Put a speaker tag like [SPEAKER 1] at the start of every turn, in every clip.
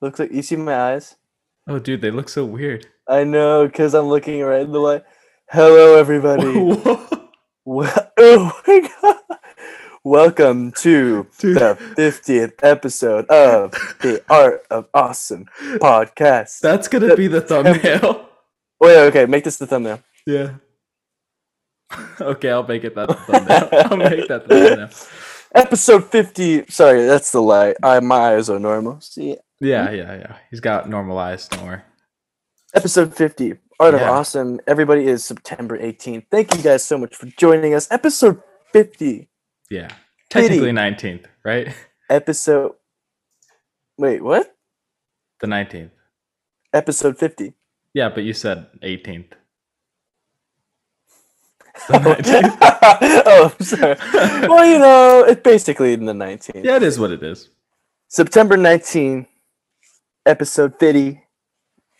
[SPEAKER 1] Looks like you see my eyes.
[SPEAKER 2] Oh, dude, they look so weird.
[SPEAKER 1] I know because I'm looking right in the light. Hello, everybody.
[SPEAKER 2] Whoa.
[SPEAKER 1] Wel- oh my god! Welcome to
[SPEAKER 2] Dude.
[SPEAKER 1] the 50th episode of the Art of Awesome podcast.
[SPEAKER 2] That's gonna
[SPEAKER 1] That-
[SPEAKER 2] be the thumbnail.
[SPEAKER 1] Oh yeah, okay. Make this the thumbnail.
[SPEAKER 2] yeah. okay, I'll make it that the thumbnail. I'll make that the thumbnail.
[SPEAKER 1] Episode 50. Sorry, that's the light. I my eyes are normal. See,
[SPEAKER 2] Yeah, yeah, yeah. He's got normalized. Don't worry.
[SPEAKER 1] episode 50 art of
[SPEAKER 2] Yeah.
[SPEAKER 1] awesome everybody is september 18th thank you guys so much for joining us episode 50
[SPEAKER 2] Yeah.
[SPEAKER 1] Pity.
[SPEAKER 2] Technically 19th, right?
[SPEAKER 1] episode wait what
[SPEAKER 2] The 19th.
[SPEAKER 1] episode 50
[SPEAKER 2] Yeah, but you said 18th. The 19th.
[SPEAKER 1] oh i'm sorry well you know it's basically in the 19th
[SPEAKER 2] yeah, it is what it is.
[SPEAKER 1] september 19 episode 50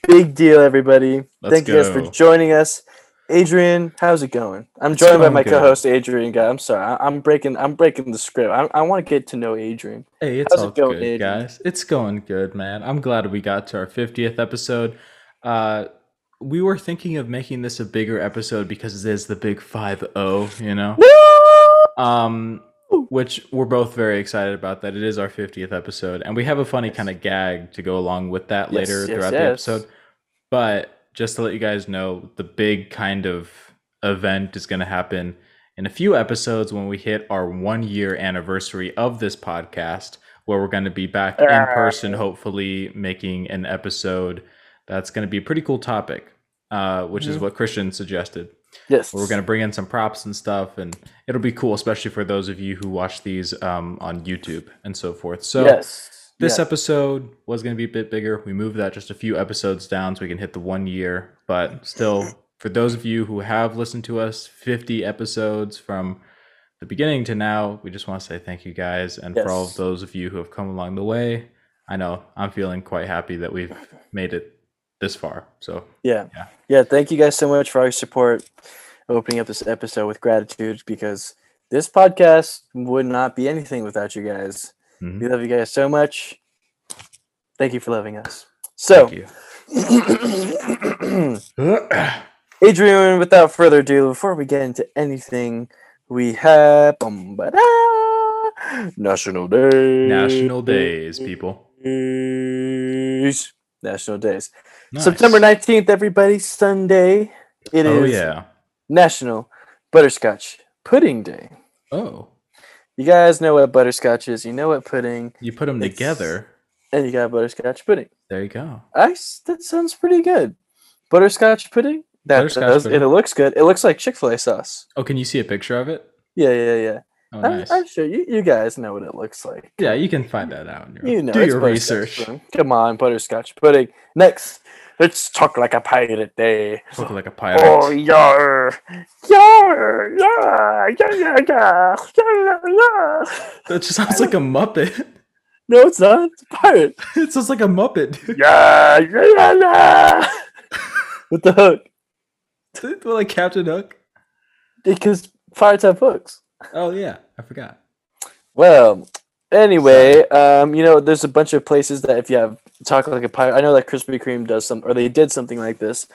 [SPEAKER 1] big deal everybody
[SPEAKER 2] Let's
[SPEAKER 1] thank you guys for
[SPEAKER 2] go.
[SPEAKER 1] joining us adrian how's it going i'm
[SPEAKER 2] It's
[SPEAKER 1] joined by
[SPEAKER 2] going
[SPEAKER 1] my
[SPEAKER 2] good.
[SPEAKER 1] co-host adrian guy i'm sorry I- i'm breaking i'm breaking the script i, I want to get to know adrian
[SPEAKER 2] Hey, it's
[SPEAKER 1] How's it
[SPEAKER 2] all
[SPEAKER 1] going,
[SPEAKER 2] good,
[SPEAKER 1] Adrian?
[SPEAKER 2] guys. It's going good, man. I'm glad we got to our 50th episode. Uh, we were thinking of making this a bigger episode because it is the big 5-0, you know? Um, which we're both very excited about that. It is our 50th episode, and we have a funny
[SPEAKER 1] Yes.
[SPEAKER 2] kind of gag to go along with that
[SPEAKER 1] Yes,
[SPEAKER 2] later
[SPEAKER 1] yes,
[SPEAKER 2] throughout the
[SPEAKER 1] yes.
[SPEAKER 2] episode. But just to let you guys know, the big kind of event is going to happen in a few episodes when we hit our one year anniversary of this podcast, where we're going to be back in
[SPEAKER 1] Arr.
[SPEAKER 2] person, hopefully making an episode that's going to be a pretty cool topic, uh, which is
[SPEAKER 1] Mhm.
[SPEAKER 2] what Christian suggested.
[SPEAKER 1] Yes.
[SPEAKER 2] We're going to bring in some props and stuff, and it'll be cool, especially for those of you who watch these um, on YouTube and so forth. So,
[SPEAKER 1] yes.
[SPEAKER 2] this
[SPEAKER 1] yes.
[SPEAKER 2] episode was going to be a bit bigger. We moved that just a few episodes down so we can hit the one year. But still, for those of you who have listened to us 50 episodes from the beginning to now, we just want to say thank you guys. And for all of
[SPEAKER 1] Yes.
[SPEAKER 2] those of you who have come along the way, I know I'm feeling quite happy that we've made it this far. So,
[SPEAKER 1] yeah.
[SPEAKER 2] yeah.
[SPEAKER 1] yeah. Thank you guys so much for all your support. Opening up this episode with gratitude because this podcast would not be anything without you guys.
[SPEAKER 2] mhm,
[SPEAKER 1] We love you guys so much. Thank you for loving us. So,
[SPEAKER 2] thank you.
[SPEAKER 1] Adrian, without further ado, before we get into anything, we have bum, ba, da, National Day.
[SPEAKER 2] National days, people.
[SPEAKER 1] Days. National Days.
[SPEAKER 2] Nice.
[SPEAKER 1] September 19th, everybody, Sunday. It is
[SPEAKER 2] Oh, yeah.
[SPEAKER 1] National Butterscotch Pudding Day.
[SPEAKER 2] Oh,
[SPEAKER 1] You guys know what butterscotch is, you know what pudding,
[SPEAKER 2] you put them
[SPEAKER 1] It's-
[SPEAKER 2] together.
[SPEAKER 1] and you got butterscotch pudding.
[SPEAKER 2] There you go.
[SPEAKER 1] I, s- that sounds pretty good. Butterscotch pudding? That
[SPEAKER 2] Butterscotch
[SPEAKER 1] does,
[SPEAKER 2] pudding.
[SPEAKER 1] And it looks good. It looks like Chick fil A sauce.
[SPEAKER 2] Oh, can you see a picture of it?
[SPEAKER 1] Yeah, yeah, yeah.
[SPEAKER 2] Oh,
[SPEAKER 1] I'm,
[SPEAKER 2] nice.
[SPEAKER 1] I'm sure you, you guys know what it looks like.
[SPEAKER 2] yeah, you can find that out. on your own.
[SPEAKER 1] You know,
[SPEAKER 2] do
[SPEAKER 1] it's Oh,
[SPEAKER 2] your
[SPEAKER 1] butterscotch
[SPEAKER 2] research.
[SPEAKER 1] pudding. Come on, butterscotch pudding. Next, let's talk like a pirate day.
[SPEAKER 2] Look like a pirate.
[SPEAKER 1] Oh yar, yar, yar, yar, yar, yar, yar, yar.
[SPEAKER 2] That just sounds like a muppet.
[SPEAKER 1] No, it's not. It's a pirate.
[SPEAKER 2] it sounds like a muppet, dude.
[SPEAKER 1] Yar, yar, yar, yar. With the hook,
[SPEAKER 2] like Captain Hook.
[SPEAKER 1] because pirates have hooks.
[SPEAKER 2] Oh yeah, I forgot.
[SPEAKER 1] Well, anyway, um, you know, there's a bunch of places that if you have talk like a pirate, I know that Krispy Kreme does some, or they did something like this,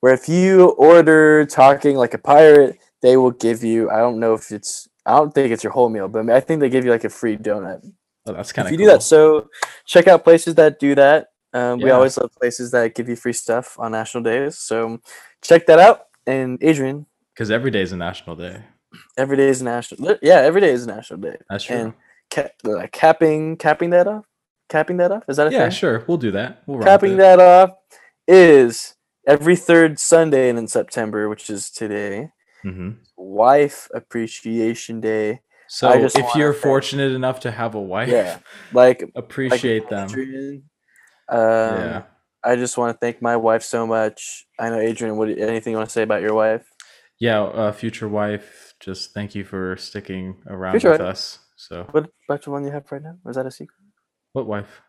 [SPEAKER 1] where if you order talking like a pirate, they will give you. I don't know if it's. I don't think it's your whole meal, but I think they give you like a free donut.
[SPEAKER 2] Oh, that's kind
[SPEAKER 1] if
[SPEAKER 2] of.
[SPEAKER 1] you
[SPEAKER 2] cool.
[SPEAKER 1] do that so check out places that do that um, we
[SPEAKER 2] Yeah.
[SPEAKER 1] always love places that give you free stuff on national days so check that out and adrian
[SPEAKER 2] because every day is a national day.
[SPEAKER 1] every day is national li- yeah every day is a national day
[SPEAKER 2] That's true.
[SPEAKER 1] and ca- uh, capping capping that off capping that off is that a
[SPEAKER 2] yeah,
[SPEAKER 1] thing
[SPEAKER 2] sure. We'll do that. We'll rock
[SPEAKER 1] capping
[SPEAKER 2] it.
[SPEAKER 1] that off is every third sunday in september which is today
[SPEAKER 2] Mhm.
[SPEAKER 1] wife appreciation day
[SPEAKER 2] So
[SPEAKER 1] I just
[SPEAKER 2] if
[SPEAKER 1] wanna
[SPEAKER 2] you're
[SPEAKER 1] thank-
[SPEAKER 2] fortunate enough to have a wife,
[SPEAKER 1] Yeah. like like
[SPEAKER 2] appreciate them.
[SPEAKER 1] Adrian, um,
[SPEAKER 2] yeah.
[SPEAKER 1] I just want to thank my wife so much. I know Adrian. What anything you want to say about your wife?
[SPEAKER 2] Yeah, uh, future wife, just thank you for sticking around
[SPEAKER 1] Future
[SPEAKER 2] with
[SPEAKER 1] wife.
[SPEAKER 2] us. So,
[SPEAKER 1] What about the one you have right now? Was that a secret?
[SPEAKER 2] what wife?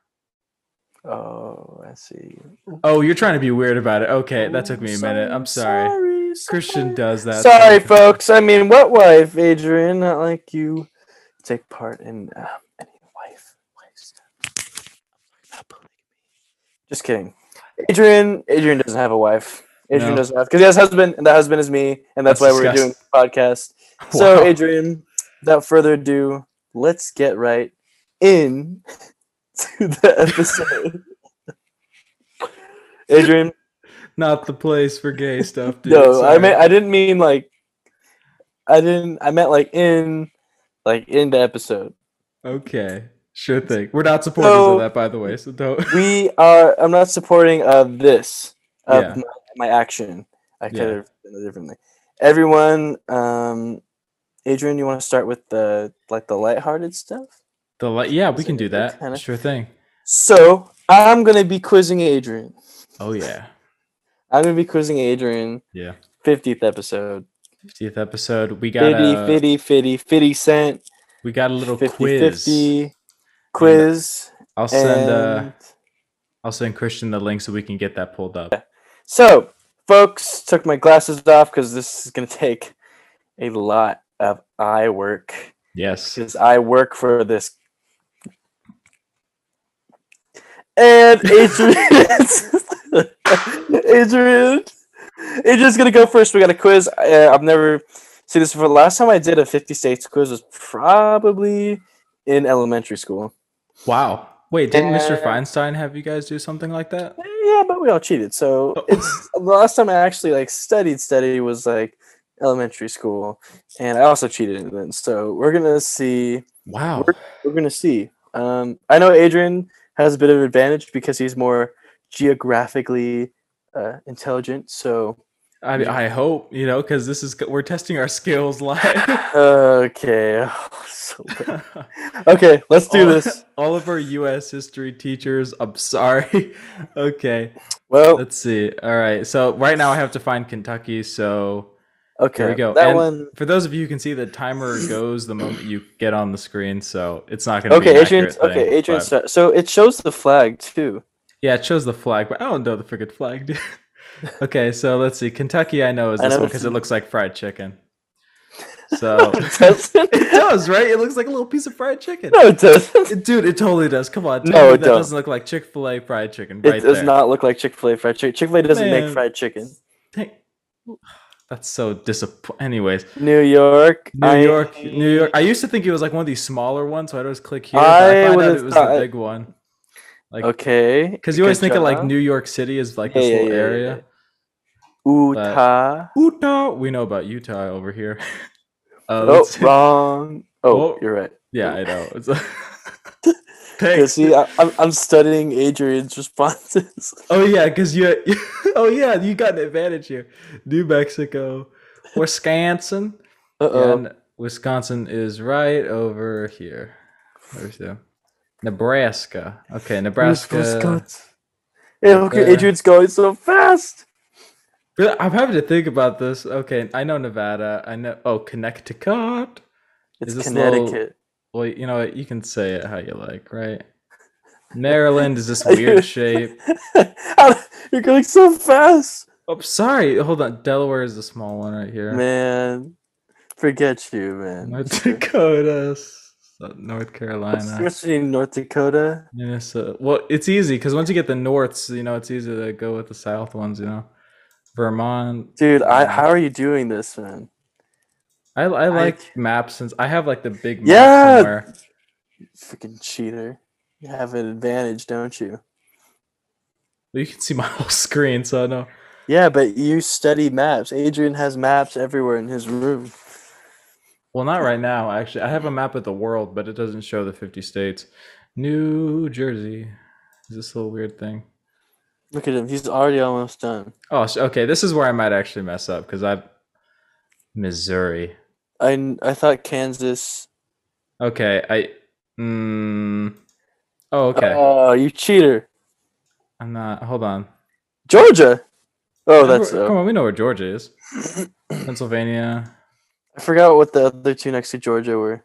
[SPEAKER 1] Oh, I see.
[SPEAKER 2] Oh, you're trying to be weird about it. Okay, that took me a minute. I'm sorry.
[SPEAKER 1] sorry,
[SPEAKER 2] Christian does that.
[SPEAKER 1] Sorry,
[SPEAKER 2] sometimes.
[SPEAKER 1] folks. I mean, what wife, Adrian? Not like you um, take part in uh, any wife wife stuff. I'm sorry about polygamy. Just kidding. Adrian, Adrian doesn't have a wife. Adrian
[SPEAKER 2] No.
[SPEAKER 1] doesn't have because he has a husband, and that husband is me, and that's,
[SPEAKER 2] That's
[SPEAKER 1] why we're doing
[SPEAKER 2] disgusting.
[SPEAKER 1] the podcast. So,
[SPEAKER 2] Wow.
[SPEAKER 1] Adrian, without further ado, let's get right in to the episode. Adrian,
[SPEAKER 2] Not the place for gay stuff, dude.
[SPEAKER 1] no, I
[SPEAKER 2] Sorry.
[SPEAKER 1] mean I didn't mean like I didn't I meant like in like in the episode.
[SPEAKER 2] Okay. Sure thing. We're not supporters
[SPEAKER 1] So-
[SPEAKER 2] of that, by the way, so don't.
[SPEAKER 1] We are I'm not supporting uh this of
[SPEAKER 2] Yeah.
[SPEAKER 1] my, my action. I could
[SPEAKER 2] Yeah.
[SPEAKER 1] have done it differently. Everyone, um Adrian, you want to start with the like the lighthearted stuff?
[SPEAKER 2] The li- yeah, we can do that.
[SPEAKER 1] Kinda.
[SPEAKER 2] Sure thing.
[SPEAKER 1] So I'm gonna be quizzing Adrian.
[SPEAKER 2] Oh yeah,
[SPEAKER 1] I'm gonna be quizzing Adrian.
[SPEAKER 2] yeah.
[SPEAKER 1] 50th episode.
[SPEAKER 2] Fiftieth episode. We got
[SPEAKER 1] Fitty,
[SPEAKER 2] a
[SPEAKER 1] fitty, fitty, fitty cent.
[SPEAKER 2] we got a little
[SPEAKER 1] 50,
[SPEAKER 2] quiz.
[SPEAKER 1] 50 quiz.
[SPEAKER 2] I'll send uh
[SPEAKER 1] and-
[SPEAKER 2] I'll send Christian the link so we can get that pulled up.
[SPEAKER 1] So, folks, took my glasses off because this is going to take a lot of eye work.
[SPEAKER 2] Yes.
[SPEAKER 1] Because I work for this. And Adrian. Adrian. Adrian's going to go first. We got a quiz. Uh, I've never seen this before. Last time I did a 50 states quiz was probably in elementary school.
[SPEAKER 2] Wow. Wait, didn't Mr.
[SPEAKER 1] Uh,
[SPEAKER 2] Feinstein have you guys do something like that?
[SPEAKER 1] Yeah, but we all cheated. So
[SPEAKER 2] Oh.
[SPEAKER 1] it's the last time I actually like studied study was like elementary school, and I also cheated in it then. So we're gonna see.
[SPEAKER 2] Wow.
[SPEAKER 1] We're gonna see. Um, I know Adrian has a bit of an advantage because he's more geographically uh, intelligent. So
[SPEAKER 2] I, I hope you know because this is we're testing our skills live.
[SPEAKER 1] okay, So- Oh. okay, let's do
[SPEAKER 2] All-
[SPEAKER 1] this.
[SPEAKER 2] All of our U.S. history teachers. I'm sorry. okay.
[SPEAKER 1] Well,
[SPEAKER 2] Let's see. All right. So right now I have to find Kentucky. So
[SPEAKER 1] okay,
[SPEAKER 2] we go.
[SPEAKER 1] That
[SPEAKER 2] And-
[SPEAKER 1] one.
[SPEAKER 2] for those of you who can see, the timer goes the moment you get on the screen, so it's not going to be
[SPEAKER 1] Okay,
[SPEAKER 2] an
[SPEAKER 1] Adrian.
[SPEAKER 2] accurate
[SPEAKER 1] Okay,
[SPEAKER 2] thing,
[SPEAKER 1] Adrian.
[SPEAKER 2] but-
[SPEAKER 1] start- So it shows the flag too.
[SPEAKER 2] Yeah, it shows the flag, but I don't know the freaking flag, dude. okay, so let's see. Kentucky, I know is
[SPEAKER 1] I
[SPEAKER 2] this
[SPEAKER 1] know
[SPEAKER 2] one
[SPEAKER 1] it's
[SPEAKER 2] because
[SPEAKER 1] in-
[SPEAKER 2] it looks like fried chicken. So
[SPEAKER 1] It doesn't.
[SPEAKER 2] it does, right? It looks like a little piece of fried chicken.
[SPEAKER 1] No, it doesn't.
[SPEAKER 2] It- dude, it totally does. Come on, tell
[SPEAKER 1] No,
[SPEAKER 2] me
[SPEAKER 1] it
[SPEAKER 2] that
[SPEAKER 1] don't.
[SPEAKER 2] doesn't look like Chick Fil A fried chicken,
[SPEAKER 1] It
[SPEAKER 2] right
[SPEAKER 1] does
[SPEAKER 2] there.
[SPEAKER 1] not look like Chick Fil A fried chicken. Chick Fil A doesn't
[SPEAKER 2] Man.
[SPEAKER 1] make fried chicken.
[SPEAKER 2] Dang- That's so disappointing. Anyways,
[SPEAKER 1] New York,
[SPEAKER 2] New
[SPEAKER 1] I-
[SPEAKER 2] York, New York. I used to think it was like one of these smaller ones, so I'd always click here. but
[SPEAKER 1] I
[SPEAKER 2] I, found out
[SPEAKER 1] would've
[SPEAKER 2] it was
[SPEAKER 1] thought-
[SPEAKER 2] the big one. Like,
[SPEAKER 1] Okay,
[SPEAKER 2] Because you always think of like
[SPEAKER 1] Utah?
[SPEAKER 2] New York City as like
[SPEAKER 1] Yeah,
[SPEAKER 2] this
[SPEAKER 1] yeah,
[SPEAKER 2] little
[SPEAKER 1] yeah, yeah,
[SPEAKER 2] area.
[SPEAKER 1] Utah.
[SPEAKER 2] Utah. We know about Utah over here.
[SPEAKER 1] Oh,
[SPEAKER 2] Uh, let's-
[SPEAKER 1] wrong. Oh,
[SPEAKER 2] Oh.
[SPEAKER 1] you're right.
[SPEAKER 2] yeah, I know. It's
[SPEAKER 1] You
[SPEAKER 2] Thanks.
[SPEAKER 1] see, I, I'm I'm studying Adrian's responses.
[SPEAKER 2] oh yeah, because you. oh yeah, you got an advantage here. New Mexico, Wisconsin,
[SPEAKER 1] Uh oh.
[SPEAKER 2] and Wisconsin is right over here. Where's the Nebraska? Okay, Nebraska.
[SPEAKER 1] Yeah, look at
[SPEAKER 2] Nevada.
[SPEAKER 1] Adrian's going so fast.
[SPEAKER 2] Really, I'm having to think about this. Okay, I know Nevada. I know. Oh, Connecticut.
[SPEAKER 1] It's
[SPEAKER 2] Is this little-
[SPEAKER 1] Connecticut.
[SPEAKER 2] Well, you know what? You can say it how you like, right? Maryland is this weird shape.
[SPEAKER 1] you're going so fast,
[SPEAKER 2] Oh, sorry. Hold on. Delaware is the small one right here.
[SPEAKER 1] man. Forget you, man.
[SPEAKER 2] North Dakota, South- North Carolina,
[SPEAKER 1] Especially in North Dakota.
[SPEAKER 2] Minnesota. Well, it's easy because once you get the norths, you know, it's easy to go with the south ones, you know. Vermont.
[SPEAKER 1] Dude, I,
[SPEAKER 2] Yeah.
[SPEAKER 1] how are you doing this, man?
[SPEAKER 2] I, I like maps since I have like the big map
[SPEAKER 1] Yeah.
[SPEAKER 2] somewhere.
[SPEAKER 1] Freaking cheater. You have an advantage, don't you?
[SPEAKER 2] You can see my whole screen, so I know.
[SPEAKER 1] Yeah, but you study maps. Adrian has maps everywhere in his room.
[SPEAKER 2] Well, not right now, actually. I have a map of the world, but it doesn't show the 50 states. New Jersey. Is this little weird thing?
[SPEAKER 1] Look at him. He's already almost done.
[SPEAKER 2] Oh, s- okay. This is where I might actually mess up because I've. Missouri.
[SPEAKER 1] I, kn- I thought Kansas.
[SPEAKER 2] Okay. I. Mm, oh, okay.
[SPEAKER 1] Oh, you cheater.
[SPEAKER 2] I'm not. Hold on.
[SPEAKER 1] Georgia. Oh, that's.
[SPEAKER 2] Everywhere-
[SPEAKER 1] Uh,
[SPEAKER 2] Come on. We know where Georgia is. Pennsylvania.
[SPEAKER 1] I forgot what the other two next to Georgia were.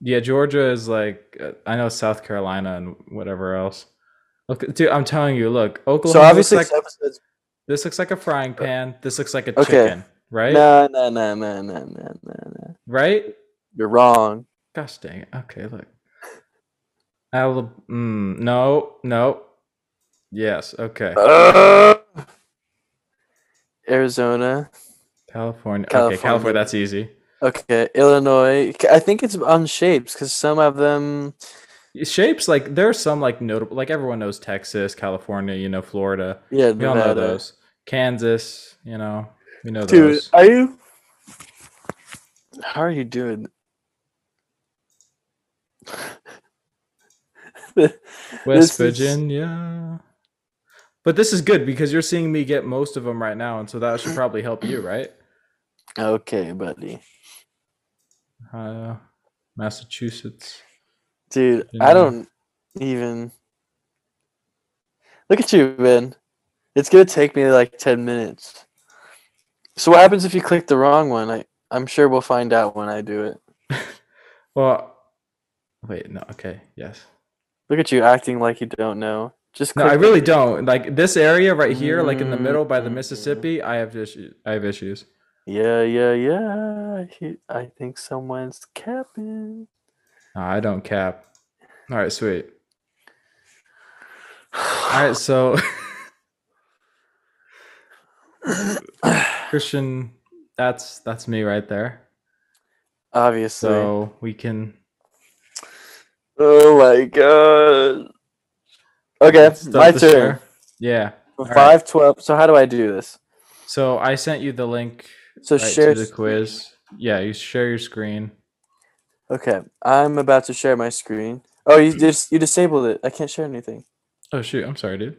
[SPEAKER 2] Yeah, Georgia is like. uh, I know South Carolina and whatever else. Look, dude, I'm telling you, look. Oklahoma.
[SPEAKER 1] so obviously,
[SPEAKER 2] looks
[SPEAKER 1] this
[SPEAKER 2] like,
[SPEAKER 1] episode's.
[SPEAKER 2] this looks like a frying pan. This looks like a
[SPEAKER 1] Uh, Okay.
[SPEAKER 2] chicken. Right?
[SPEAKER 1] Nah, nah, nah, nah, nah, nah, nah, nah.
[SPEAKER 2] Right?
[SPEAKER 1] You're wrong.
[SPEAKER 2] Gosh dang it. Okay, look. Alab- mm, no, no. Yes. Okay.
[SPEAKER 1] Uh, Arizona.
[SPEAKER 2] California.
[SPEAKER 1] California.
[SPEAKER 2] Okay, California. That's easy.
[SPEAKER 1] Okay, Illinois. K- I think it's on shapes because some of them.
[SPEAKER 2] Shapes like there are some like notable. Like everyone knows Texas, California. You know Florida.
[SPEAKER 1] Yeah,
[SPEAKER 2] We all know
[SPEAKER 1] Nevada.
[SPEAKER 2] those. Kansas. You know. We know
[SPEAKER 1] Dude, uh,
[SPEAKER 2] those.
[SPEAKER 1] are you? How are you doing?
[SPEAKER 2] West
[SPEAKER 1] this is-
[SPEAKER 2] Virginia. But this is good because you're seeing me get most of them right now, and so that should probably help you, right?
[SPEAKER 1] Okay, buddy.
[SPEAKER 2] Uh, Massachusetts.
[SPEAKER 1] Dude,
[SPEAKER 2] Yeah.
[SPEAKER 1] I don't even. Look at you, Ben. It's gonna take me like ten minutes. So what happens if you click the wrong one? I I'm sure we'll find out when I do it.
[SPEAKER 2] Well, wait, no, okay, yes.
[SPEAKER 1] Look at you acting like you don't know. Just
[SPEAKER 2] No,
[SPEAKER 1] click
[SPEAKER 2] I
[SPEAKER 1] it.
[SPEAKER 2] really don't like this area right here, like in the middle by the
[SPEAKER 1] Mm.
[SPEAKER 2] Mississippi. I have issues. I have issues.
[SPEAKER 1] Yeah, yeah, yeah. He, I think someone's capping.
[SPEAKER 2] No, I don't cap. All right, sweet. All right, so Christian, that's that's me right there.
[SPEAKER 1] Obviously.
[SPEAKER 2] So we can
[SPEAKER 1] Oh my god. Okay,
[SPEAKER 2] start
[SPEAKER 1] my
[SPEAKER 2] the
[SPEAKER 1] turn.
[SPEAKER 2] share. Yeah. right.
[SPEAKER 1] Five twelve. So how do I do this?
[SPEAKER 2] So I sent you the link
[SPEAKER 1] So
[SPEAKER 2] right,
[SPEAKER 1] share
[SPEAKER 2] to the
[SPEAKER 1] screen.
[SPEAKER 2] quiz. Yeah, you share your screen.
[SPEAKER 1] Okay, I'm about to share my screen. Oh, you just you disabled it. I can't share anything.
[SPEAKER 2] Oh shoot, I'm sorry, dude.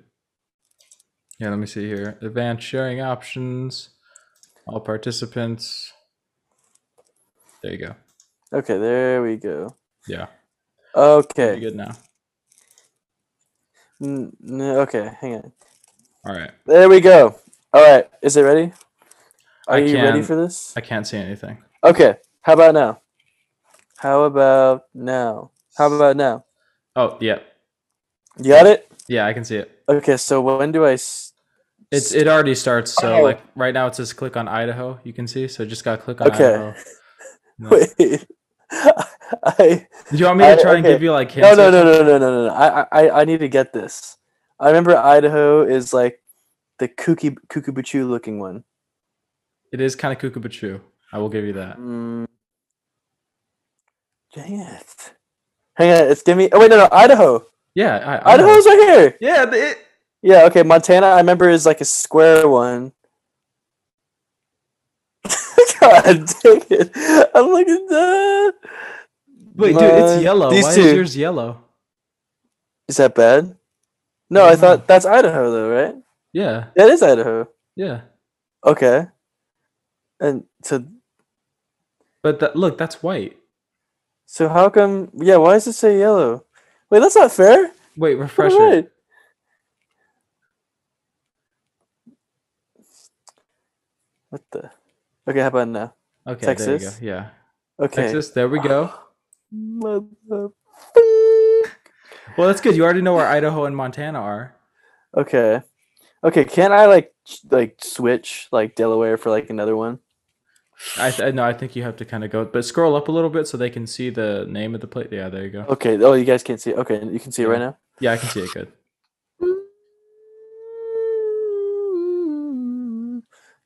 [SPEAKER 2] Yeah, let me see here. Advanced sharing options. All participants. There you go.
[SPEAKER 1] Okay, there we go.
[SPEAKER 2] Yeah. Pretty
[SPEAKER 1] Okay.
[SPEAKER 2] good now.
[SPEAKER 1] N- n- okay, hang on.
[SPEAKER 2] All right.
[SPEAKER 1] There we go. All right, is it ready? Are
[SPEAKER 2] I
[SPEAKER 1] you ready
[SPEAKER 2] can-
[SPEAKER 1] for this?
[SPEAKER 2] I can't see anything.
[SPEAKER 1] Okay. How about now? How about now? How about now?
[SPEAKER 2] Oh yeah.
[SPEAKER 1] You got it?
[SPEAKER 2] Yeah, I can see it.
[SPEAKER 1] Okay, so when do I s-
[SPEAKER 2] It's it already starts, so
[SPEAKER 1] Oh.
[SPEAKER 2] like right now it says click on Idaho, you can see. So just gotta click on
[SPEAKER 1] Okay.
[SPEAKER 2] Idaho. No.
[SPEAKER 1] wait? I
[SPEAKER 2] Do you want me to
[SPEAKER 1] I-
[SPEAKER 2] try and
[SPEAKER 1] okay.
[SPEAKER 2] give you like hints?
[SPEAKER 1] no
[SPEAKER 2] or
[SPEAKER 1] no no no no no no no. I I I need to get this. I remember Idaho is like the kooky kookaburra looking one.
[SPEAKER 2] It is kind of kookaburra. I will give you that.
[SPEAKER 1] Mm. Dang it! Hang on, it's giving me. Oh wait, no no Idaho.
[SPEAKER 2] Yeah, I, I know.
[SPEAKER 1] Idaho's right here.
[SPEAKER 2] Yeah, the- it,
[SPEAKER 1] Yeah, okay. Montana, I remember is like a square one. God dang it! I'm looking at.
[SPEAKER 2] wait, dude, it's
[SPEAKER 1] Mon-
[SPEAKER 2] yellow.
[SPEAKER 1] These
[SPEAKER 2] Why
[SPEAKER 1] two.
[SPEAKER 2] is yours yellow?
[SPEAKER 1] Is that bad? No, I thought that's Idaho though, right?
[SPEAKER 2] Yeah,
[SPEAKER 1] That is Idaho.
[SPEAKER 2] yeah.
[SPEAKER 1] Okay. And so,
[SPEAKER 2] But that, look, that's white.
[SPEAKER 1] so how come? Yeah, why does it say yellow? Wait, that's not fair.
[SPEAKER 2] Wait,
[SPEAKER 1] Put it
[SPEAKER 2] refresh it.
[SPEAKER 1] right. What the? Okay, how about now?
[SPEAKER 2] Okay,
[SPEAKER 1] Texas?
[SPEAKER 2] there you go. Yeah,
[SPEAKER 1] Okay.
[SPEAKER 2] Texas. There we go.
[SPEAKER 1] Mother-
[SPEAKER 2] Well, that's good. You already know where Idaho and Montana are.
[SPEAKER 1] Okay. Okay, can I like s- like switch like Delaware for like another one?
[SPEAKER 2] I th- no, I think you have to kind of go, but scroll up a little bit so they can see the name of the plate. Yeah, there you go.
[SPEAKER 1] Okay. Oh, you guys can't see. it. Okay, you can see it right now.
[SPEAKER 2] Yeah, I can see it. Good.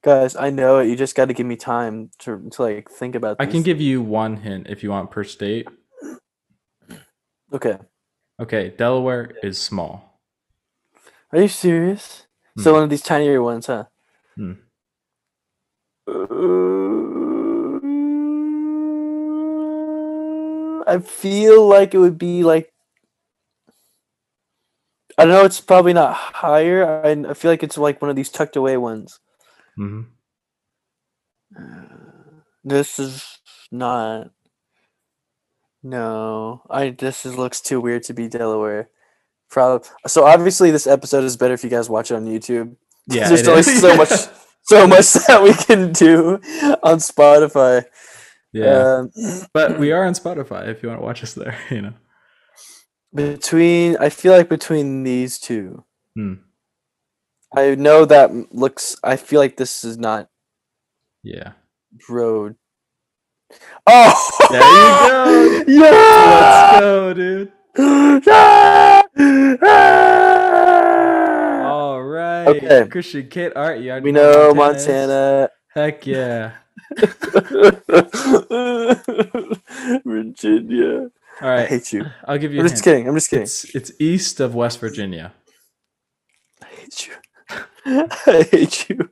[SPEAKER 1] Guys, I know it. You just got to give me time to, to like think about.
[SPEAKER 2] I
[SPEAKER 1] These.
[SPEAKER 2] can give you one hint if you want per state.
[SPEAKER 1] Okay.
[SPEAKER 2] Okay, Delaware is small.
[SPEAKER 1] Are you serious?
[SPEAKER 2] Mhm.
[SPEAKER 1] So one of these tinier ones, huh?
[SPEAKER 2] Mm.
[SPEAKER 1] Uh, I feel like it would be like. I know it's probably not higher. I, I feel like it's like one of these tucked away ones.
[SPEAKER 2] hmm
[SPEAKER 1] This is not. No, I this is, looks too weird to be Delaware. Probably so. Obviously, this episode is better if you guys watch it on YouTube.
[SPEAKER 2] Yeah,
[SPEAKER 1] there's
[SPEAKER 2] it
[SPEAKER 1] only
[SPEAKER 2] is.
[SPEAKER 1] so much, so much that we can do on Spotify.
[SPEAKER 2] Yeah,
[SPEAKER 1] Um,
[SPEAKER 2] but we are on Spotify if you want to watch us there. You know.
[SPEAKER 1] between, I feel like between these two,
[SPEAKER 2] Hmm.
[SPEAKER 1] I know that m- looks. I feel like this is not
[SPEAKER 2] Yeah.
[SPEAKER 1] road. Oh,
[SPEAKER 2] There you
[SPEAKER 1] go. Yeah.
[SPEAKER 2] Let's go, dude.
[SPEAKER 1] Ah! Ah!
[SPEAKER 2] right.
[SPEAKER 1] Okay.
[SPEAKER 2] Christian Kit. All right. Yeah. I
[SPEAKER 1] We
[SPEAKER 2] who
[SPEAKER 1] know
[SPEAKER 2] is.
[SPEAKER 1] Montana.
[SPEAKER 2] Heck yeah.
[SPEAKER 1] Virginia.
[SPEAKER 2] All
[SPEAKER 1] I
[SPEAKER 2] right.
[SPEAKER 1] hate you.
[SPEAKER 2] I'll give you.
[SPEAKER 1] I'm
[SPEAKER 2] a
[SPEAKER 1] just
[SPEAKER 2] hint.
[SPEAKER 1] kidding. I'm just kidding.
[SPEAKER 2] It's it's east of West Virginia.
[SPEAKER 1] I hate you. I hate you.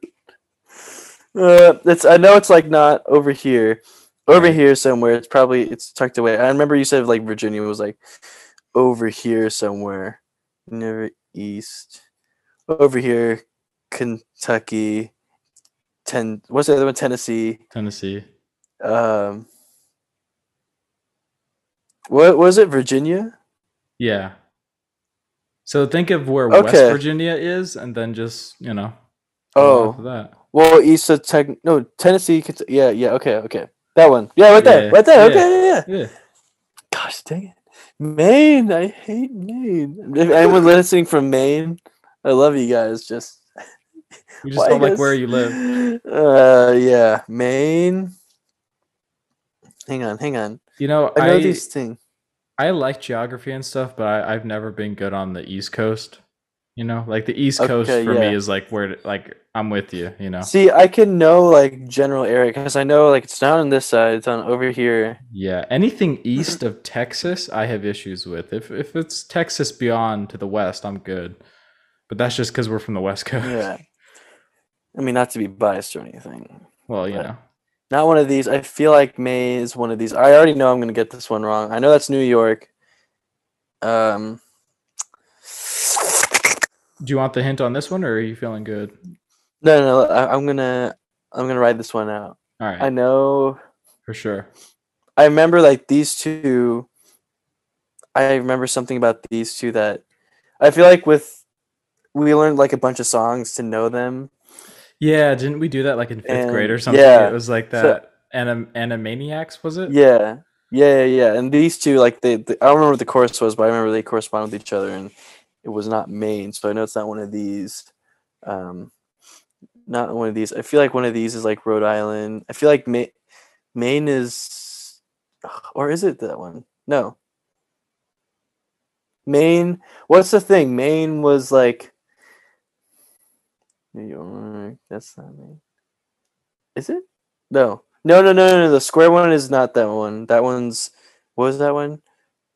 [SPEAKER 1] Uh, it's. I know it's like not over here, over
[SPEAKER 2] Right.
[SPEAKER 1] here somewhere. It's probably it's tucked away. I remember you said like Virginia was like over here somewhere, never east, over here, Kentucky, ten. What's the other one? Tennessee.
[SPEAKER 2] Tennessee.
[SPEAKER 1] Um, what was it? Virginia.
[SPEAKER 2] Yeah. So think of where West
[SPEAKER 1] Okay.
[SPEAKER 2] Virginia is, and then just you know. go
[SPEAKER 1] Oh,
[SPEAKER 2] after that.
[SPEAKER 1] Well, east of tech. No, Tennessee. Kentu- Yeah, yeah. Okay, okay. That one. Yeah, right there.
[SPEAKER 2] Yeah,
[SPEAKER 1] Right there.
[SPEAKER 2] yeah.
[SPEAKER 1] Okay, yeah, yeah.
[SPEAKER 2] Yeah.
[SPEAKER 1] Gosh, dang it, Maine. I hate Maine. If anyone listening from Maine, I love you guys. Just
[SPEAKER 2] You just don't like where you live.
[SPEAKER 1] Uh, yeah, Maine. Hang on, hang on.
[SPEAKER 2] You know,
[SPEAKER 1] I
[SPEAKER 2] I
[SPEAKER 1] know these things.
[SPEAKER 2] I like geography and stuff, but I, I've never been good on the East Coast. You know, like the East Coast
[SPEAKER 1] Okay,
[SPEAKER 2] for
[SPEAKER 1] yeah.
[SPEAKER 2] me is like where, like I'm with you. You know,
[SPEAKER 1] See, I can know like general area because I know like it's not on this side. It's on over here.
[SPEAKER 2] yeah. Anything east of Texas, I have issues with. If if it's Texas beyond to the west, I'm good. But that's just because we're from the West Coast.
[SPEAKER 1] Yeah. I mean, not to be biased or anything.
[SPEAKER 2] Well, you
[SPEAKER 1] Right.
[SPEAKER 2] know,
[SPEAKER 1] Not one of these. I feel like May is one of these. I already know I'm gonna get this one wrong. I know that's New York. Um.
[SPEAKER 2] do you want the hint on this one, or are you feeling good?
[SPEAKER 1] No, no, no, I, I'm gonna, I'm gonna ride this one out.
[SPEAKER 2] All right,
[SPEAKER 1] I know.
[SPEAKER 2] for sure.
[SPEAKER 1] I remember like these two. I remember something about these two that I feel like with we learned like a bunch of songs to know them.
[SPEAKER 2] Yeah, didn't we do that like in fifth grade
[SPEAKER 1] And-
[SPEAKER 2] or something?
[SPEAKER 1] yeah.
[SPEAKER 2] It was like
[SPEAKER 1] So-
[SPEAKER 2] that. Anim- Animaniacs was it?
[SPEAKER 1] Yeah, yeah, yeah. yeah. And these two, like they, they, I don't remember what the chorus was, but I remember they corresponded with each other, and it was not Maine, so I know it's not one of these. Um, not one of these. I feel like one of these is like Rhode Island. I feel like Ma- Maine is, or is it that one? No. Maine. What's the thing? Maine was like New York. That's not Maine. Is it? No. No, no, no, no, no. The square one is not that one. That one's what was that one?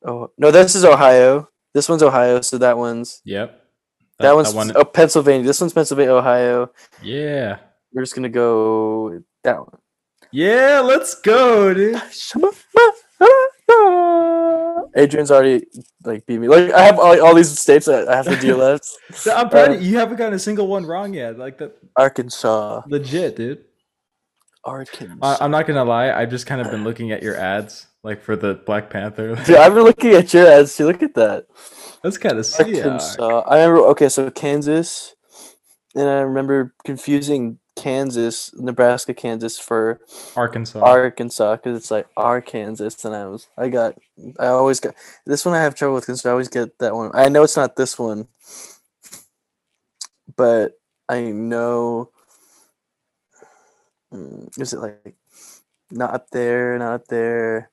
[SPEAKER 1] Oh no, this is Ohio. This one's Ohio, so that one's
[SPEAKER 2] Yep.
[SPEAKER 1] that, one's
[SPEAKER 2] one-
[SPEAKER 1] oh, Pennsylvania. This one's Pennsylvania, Ohio.
[SPEAKER 2] Yeah.
[SPEAKER 1] We're just gonna go with that one.
[SPEAKER 2] Yeah, let's go, dude.
[SPEAKER 1] Adrian's already like beat me. Like I have all, all these states that I have to do left. Uh,
[SPEAKER 2] I'm proud of you. You haven't gotten a single one wrong yet. Like that,
[SPEAKER 1] Arkansas.
[SPEAKER 2] legit, dude.
[SPEAKER 1] Arkansas.
[SPEAKER 2] I, I'm not gonna lie. I've just kind of been looking at your ads, like for the Black Panther.
[SPEAKER 1] Dude, I've been looking at your ads too. Look at that.
[SPEAKER 2] That's kind of sick.
[SPEAKER 1] Arkansas. uh, I remember. Okay, so Kansas, and I remember confusing Kansas, Nebraska, Kansas for
[SPEAKER 2] Arkansas.
[SPEAKER 1] Arkansas because it's like Arkansas, and I was I got I always got this one I have trouble with because I always get that one. I know it's not this one, but I know Mm, is it like not up there, not up there.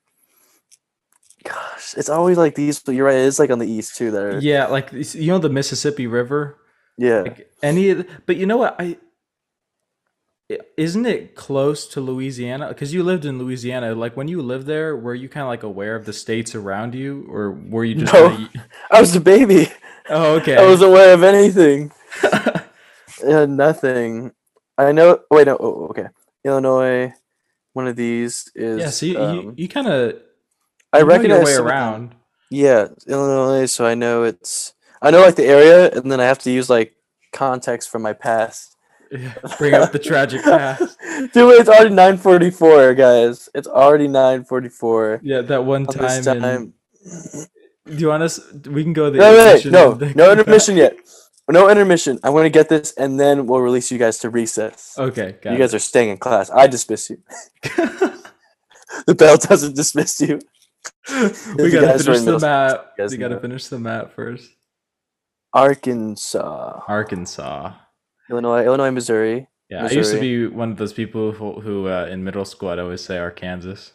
[SPEAKER 1] Gosh, it's always like these. But you're right, it's like on the east too. That are, yeah,
[SPEAKER 2] yeah, like you see- you know the Mississippi River. Like any, of the, but you know what? I i- isn't it close to Louisiana? Because you lived in Louisiana. Like when you lived there, were you kind of like aware of the states around you, or were you just?
[SPEAKER 1] No.
[SPEAKER 2] kinda-
[SPEAKER 1] I was a baby.
[SPEAKER 2] Oh, okay.
[SPEAKER 1] I was aware of anything. Uh, nothing. I know. Wait, no. Oh, okay. Illinois. One of these is.
[SPEAKER 2] yeah. So you, you,
[SPEAKER 1] um,
[SPEAKER 2] you kind of
[SPEAKER 1] I
[SPEAKER 2] you know
[SPEAKER 1] recognize
[SPEAKER 2] your way
[SPEAKER 1] some of them.
[SPEAKER 2] around.
[SPEAKER 1] Yeah, Illinois. So I know it's. I know like the area, and then I have to use like context from my past.
[SPEAKER 2] Bring up the tragic past.
[SPEAKER 1] Dude, it's already nine forty four, guys. It's already nine forty four.
[SPEAKER 2] Yeah, that one time.
[SPEAKER 1] This
[SPEAKER 2] in-
[SPEAKER 1] time.
[SPEAKER 2] do you want us? We can go the
[SPEAKER 1] No, wait,
[SPEAKER 2] intermission
[SPEAKER 1] wait, no,
[SPEAKER 2] and then
[SPEAKER 1] no
[SPEAKER 2] come back.
[SPEAKER 1] intermission yet. No intermission. I'm gonna get this, and then we'll release you guys to recess.
[SPEAKER 2] Okay, got
[SPEAKER 1] you guys are staying in class. I dismiss you. the bell doesn't dismiss you.
[SPEAKER 2] it. we
[SPEAKER 1] you
[SPEAKER 2] gotta
[SPEAKER 1] guys were
[SPEAKER 2] finish
[SPEAKER 1] in
[SPEAKER 2] the
[SPEAKER 1] middle school,
[SPEAKER 2] map.
[SPEAKER 1] guys
[SPEAKER 2] We gotta
[SPEAKER 1] know.
[SPEAKER 2] finish the map first.
[SPEAKER 1] Arkansas,
[SPEAKER 2] Arkansas.
[SPEAKER 1] Illinois, Illinois, Missouri.
[SPEAKER 2] Yeah, I used to
[SPEAKER 1] Missouri.
[SPEAKER 2] be one of those people who, who uh, in middle school I'd always say Arkansas.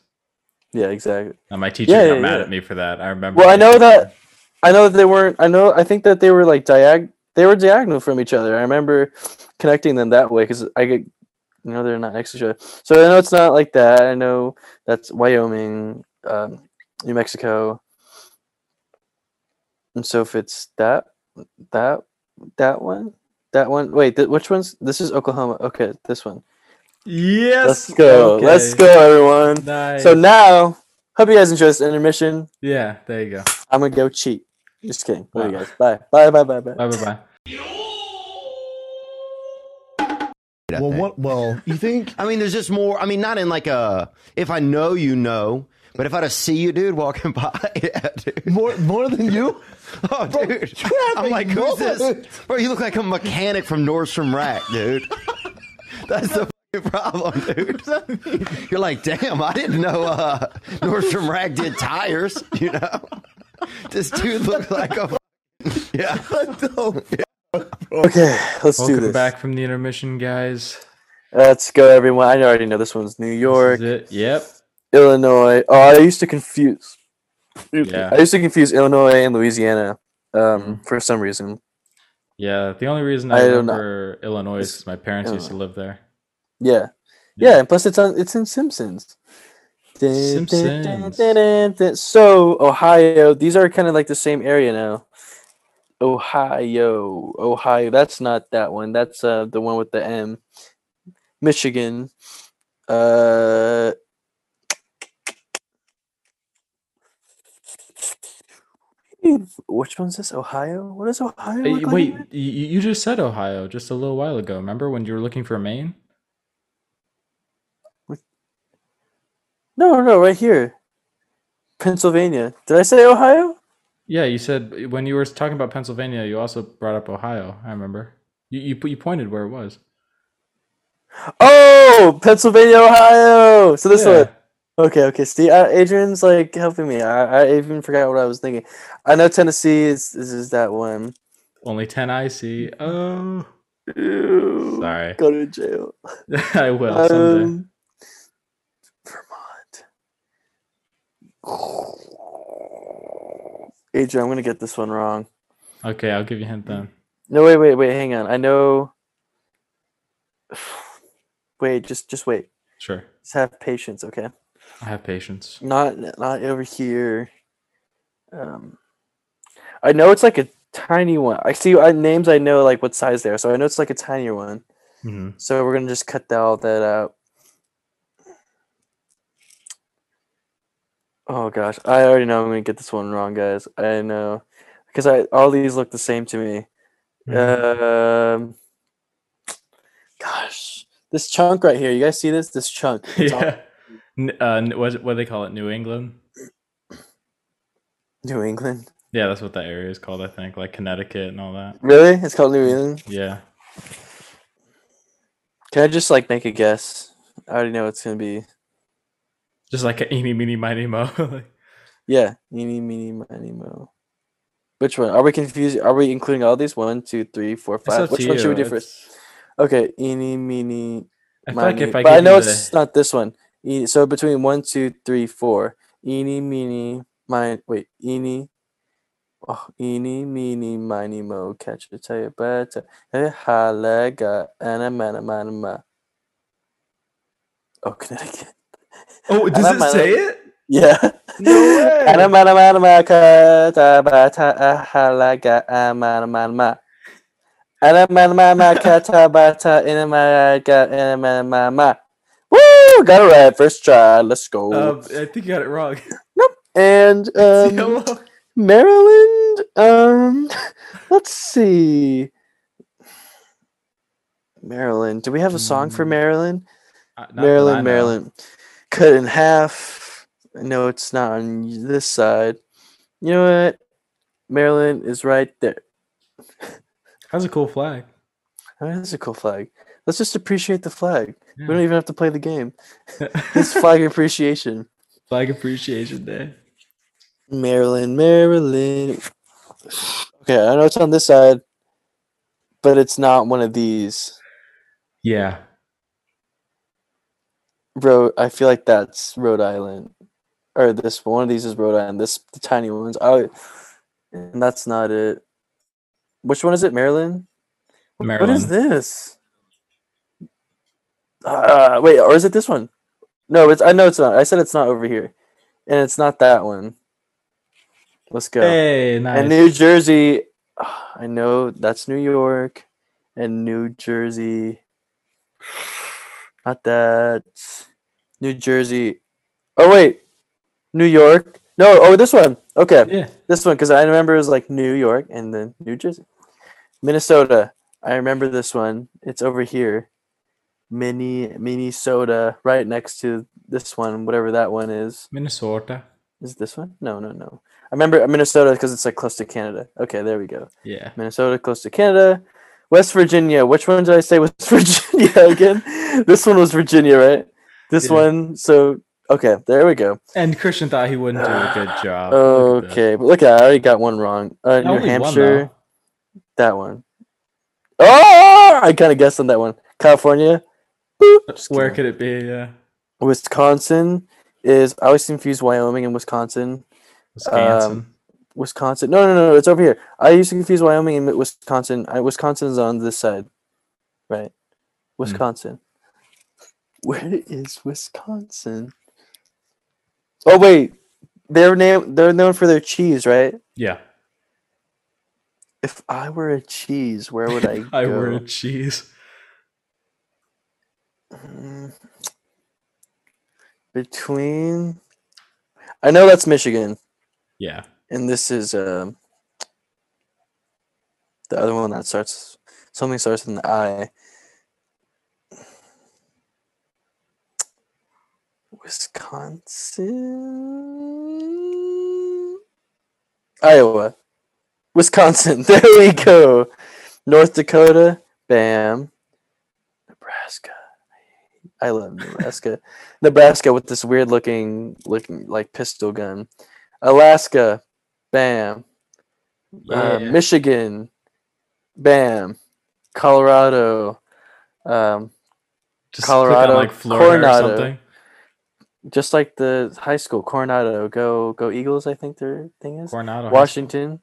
[SPEAKER 1] Yeah, exactly.
[SPEAKER 2] And my teacher
[SPEAKER 1] Yeah,
[SPEAKER 2] got
[SPEAKER 1] yeah,
[SPEAKER 2] mad
[SPEAKER 1] yeah.
[SPEAKER 2] at me for that. I remember.
[SPEAKER 1] Well, I
[SPEAKER 2] it.
[SPEAKER 1] know that. I know that they weren't. I know. I think that they were like diag. They were diagonal from each other. I remember connecting them that way because I get, you know, they're not next to each other. So I know it's not like that. I know that's Wyoming, um, New Mexico, and so if it's that, that, that one, that one. Wait, th- which one's? This is Oklahoma. Okay, this one.
[SPEAKER 2] Yes.
[SPEAKER 1] Let's go.
[SPEAKER 2] Okay.
[SPEAKER 1] Let's go, everyone.
[SPEAKER 2] Nice.
[SPEAKER 1] So now, hope you guys enjoy this intermission.
[SPEAKER 2] yeah, there you go.
[SPEAKER 1] I'm gonna go cheat. Just kidding. Love you
[SPEAKER 2] Wow.
[SPEAKER 1] guys. Bye. Bye. Bye. Bye. Bye.
[SPEAKER 2] Ah. Bye bye bye.
[SPEAKER 3] I
[SPEAKER 4] Well,
[SPEAKER 3] think.
[SPEAKER 4] what? Well, you think?
[SPEAKER 3] I mean, there's just more. I mean, not in like a if I know you know, but if I just see you, dude, walking by, yeah, dude.
[SPEAKER 4] More, more than you?
[SPEAKER 3] Oh, dude, I'm
[SPEAKER 4] a
[SPEAKER 3] like, who's
[SPEAKER 4] mullet.
[SPEAKER 3] this? Bro, you look like a mechanic from Nordstrom Rack, dude. That's the fucking problem, dude. You're like, damn, I didn't know uh, Nordstrom Rack did tires. You know, this dude looked like a fucking- yeah.
[SPEAKER 1] Okay. Let's do
[SPEAKER 2] Welcome
[SPEAKER 1] this.
[SPEAKER 2] back from the intermission, guys.
[SPEAKER 1] Let's go, everyone. I already know this one's New York,
[SPEAKER 2] This is it. Yep.
[SPEAKER 1] Illinois. Oh, I used to confuse.
[SPEAKER 2] Yeah. Mm-hmm.
[SPEAKER 1] I used to confuse Illinois and Louisiana um, for some reason.
[SPEAKER 2] Yeah. The only reason I,
[SPEAKER 1] I don't know.
[SPEAKER 2] remember Illinois is 'cause my parents used to live there.
[SPEAKER 1] Yeah.
[SPEAKER 2] Yeah.
[SPEAKER 1] Yeah. and plus, it's on. It's in Simpsons. Dun, dun, dun, dun,
[SPEAKER 2] Simpsons.
[SPEAKER 1] dun, dun. So Ohio. These are kind of like the same area now. Ohio, Ohio. That's not that one. That's uh the one with the M. Michigan. Uh. Which one's this? Ohio? What is Ohio?
[SPEAKER 2] Hey,
[SPEAKER 1] look like
[SPEAKER 2] Eh, wait,
[SPEAKER 1] again?
[SPEAKER 2] you, you just said Ohio just a little while ago. Remember when you were looking for Maine?
[SPEAKER 1] No, no, right here. Pennsylvania. Did I say Ohio?
[SPEAKER 2] Yeah, you said when you were talking about Pennsylvania, you also brought up Ohio. I remember. You you, you pointed where it was.
[SPEAKER 1] Oh, Pennsylvania, Ohio. So this
[SPEAKER 2] Yeah.
[SPEAKER 1] one. Okay, okay. See, uh, Adrian's like helping me. I, I even forgot what I was thinking. I know Tennessee is is, is that one.
[SPEAKER 2] Only 10 I see.
[SPEAKER 1] Mm.
[SPEAKER 2] Oh,
[SPEAKER 1] Ew,
[SPEAKER 2] sorry.
[SPEAKER 1] Go to jail.
[SPEAKER 2] I will someday.
[SPEAKER 1] Um, Vermont. Adrian, I'm gonna get this one wrong.
[SPEAKER 2] okay, I'll give you a hint then.
[SPEAKER 1] No, wait, wait, wait. Hang on. I know. Wait, just just wait.
[SPEAKER 2] Sure.
[SPEAKER 1] Just have patience, okay?
[SPEAKER 2] I have patience.
[SPEAKER 1] not not over here. Um, I know it's like a tiny one. I see I, names. I know like what size they are, so I know it's like a tinier one.
[SPEAKER 2] Mhm.
[SPEAKER 1] So we're gonna just cut that, all that out. Oh gosh, I already know I'm gonna get this one wrong, guys. I know because I all these look the same to me.
[SPEAKER 2] Mhm.
[SPEAKER 1] Um, gosh, this chunk right here. You guys see this? This chunk. It's all
[SPEAKER 2] yeah. N- uh, n- what, is it- what do they call it? New England?
[SPEAKER 1] New England.
[SPEAKER 2] Yeah, that's what that area is called, I think. Like Connecticut and all that.
[SPEAKER 1] Really? It's called New England.
[SPEAKER 2] Yeah.
[SPEAKER 1] Can I just like make a guess? I already know it's gonna be.
[SPEAKER 2] Just like a eeny, meeny, miny, mo. like,
[SPEAKER 1] Yeah, eeny, meeny, miny, mo. Which one? Are we confused? Are we including all these? One, two, three, four,
[SPEAKER 2] it's
[SPEAKER 1] five.
[SPEAKER 2] up to
[SPEAKER 1] Which one should we
[SPEAKER 2] you,
[SPEAKER 1] do first?
[SPEAKER 2] it's-
[SPEAKER 1] Okay, eeny, meeny,
[SPEAKER 2] I feel
[SPEAKER 1] miny.
[SPEAKER 2] like if I
[SPEAKER 1] but I
[SPEAKER 2] give
[SPEAKER 1] know
[SPEAKER 2] you
[SPEAKER 1] it's
[SPEAKER 2] the-
[SPEAKER 1] not this one. E- so between one, two, three, four. Eeny, meeny, mine. Wait, eeny. Oh, eeny, meeny, miny, mo. Catch a tail, but eh, holla, got anna, mana, mana, ma. Oh, Connecticut.
[SPEAKER 2] Oh, does it
[SPEAKER 1] Alabama.
[SPEAKER 2] say it?
[SPEAKER 1] Yeah.
[SPEAKER 2] No way.
[SPEAKER 1] Anamanamanamakatabataahalaga-amanamama. Anamanamanamakatabatainamanamama. Woo! Got it right. First try. Let's go.
[SPEAKER 2] Um, I think you got it wrong.
[SPEAKER 1] and um,
[SPEAKER 2] Hello.
[SPEAKER 1] Maryland. Um, let's see. Maryland. Do we have a song for
[SPEAKER 2] Mm.
[SPEAKER 1] Maryland?
[SPEAKER 2] Uh, not that I know.
[SPEAKER 1] Maryland, Maryland. Cut in half. No, it's not on y- this side. You know what? Maryland is right there.
[SPEAKER 2] That's a cool flag.
[SPEAKER 1] Oh, that's a cool flag. Let's just appreciate the flag. We
[SPEAKER 2] Yeah.
[SPEAKER 1] don't even have to play the game. It's flag appreciation.
[SPEAKER 2] Flag Appreciation Day.
[SPEAKER 1] Maryland, Maryland. Okay, I know it's on this side, but it's not one of these.
[SPEAKER 2] Yeah.
[SPEAKER 1] Rhode. I feel like that's Rhode Island, or this one of these is Rhode Island. This the tiny ones. I, and that's not it. Which one is it, Maryland?
[SPEAKER 2] Maryland.
[SPEAKER 1] What is this? Uh, wait, or is it this one? No, it's I know it's not. I said it's not over here, and it's not that one. Let's go.
[SPEAKER 2] Hey, nice.
[SPEAKER 1] And New Jersey, I know that's New York, and New Jersey. Not that New Jersey. Oh wait, New York. No, oh this one. Okay,
[SPEAKER 2] yeah.
[SPEAKER 1] this one because I remember it was like New York and then New Jersey, Minnesota. I remember this one. It's over here, mini Minnesota, right next to this one, whatever that one is.
[SPEAKER 2] Minnesota.
[SPEAKER 1] Is it this one? No, no, no. I remember Minnesota because it's like close to Canada. Okay, there we go.
[SPEAKER 2] Yeah.
[SPEAKER 1] Minnesota, close to Canada. West Virginia. Which one did I say was Virginia again? this one was Virginia, right? This
[SPEAKER 2] Yeah.
[SPEAKER 1] one. So okay, there we go.
[SPEAKER 2] And Christian thought he wouldn't do a good job. Oh, Look at that.
[SPEAKER 1] Okay, but look, I already got one wrong. Uh, New
[SPEAKER 2] Only one,
[SPEAKER 1] Hampshire.
[SPEAKER 2] though.
[SPEAKER 1] That one. Oh, I kind of guessed on that one. California, Just
[SPEAKER 2] Where
[SPEAKER 1] kidding. Um,
[SPEAKER 2] could it be? Yeah.
[SPEAKER 1] Wisconsin is. I always confuse Wyoming and Wisconsin.
[SPEAKER 2] Wisconsin.
[SPEAKER 1] Wisconsin. No, no, no, no. It's over here. I used to confuse Wyoming and Wisconsin. I, Wisconsin's on this side, right? Wisconsin. Where is Wisconsin? Oh wait, they're name. They're known for their cheese, right?
[SPEAKER 2] yeah.
[SPEAKER 1] If I were a cheese, where would I?
[SPEAKER 2] I
[SPEAKER 1] go?
[SPEAKER 2] were a cheese.
[SPEAKER 1] Mm. Between, I know that's Michigan, Uh,
[SPEAKER 2] Yeah.
[SPEAKER 1] and this is um, the other one that starts something starts with an I. Wisconsin, Iowa, Wisconsin. There we go. North Dakota, bam. Nebraska. I love Nebraska. Nebraska with this weird looking looking like pistol gun. Alaska, bam. Uh,
[SPEAKER 2] Yeah.
[SPEAKER 1] Michigan, bam. Colorado, um,
[SPEAKER 2] Just click on,
[SPEAKER 1] Colorado,
[SPEAKER 2] like Florida
[SPEAKER 1] Coronado.
[SPEAKER 2] or something.
[SPEAKER 1] just like the high school, Coronado. Go go Eagles! I think their thing is
[SPEAKER 2] Coronado.
[SPEAKER 1] Washington,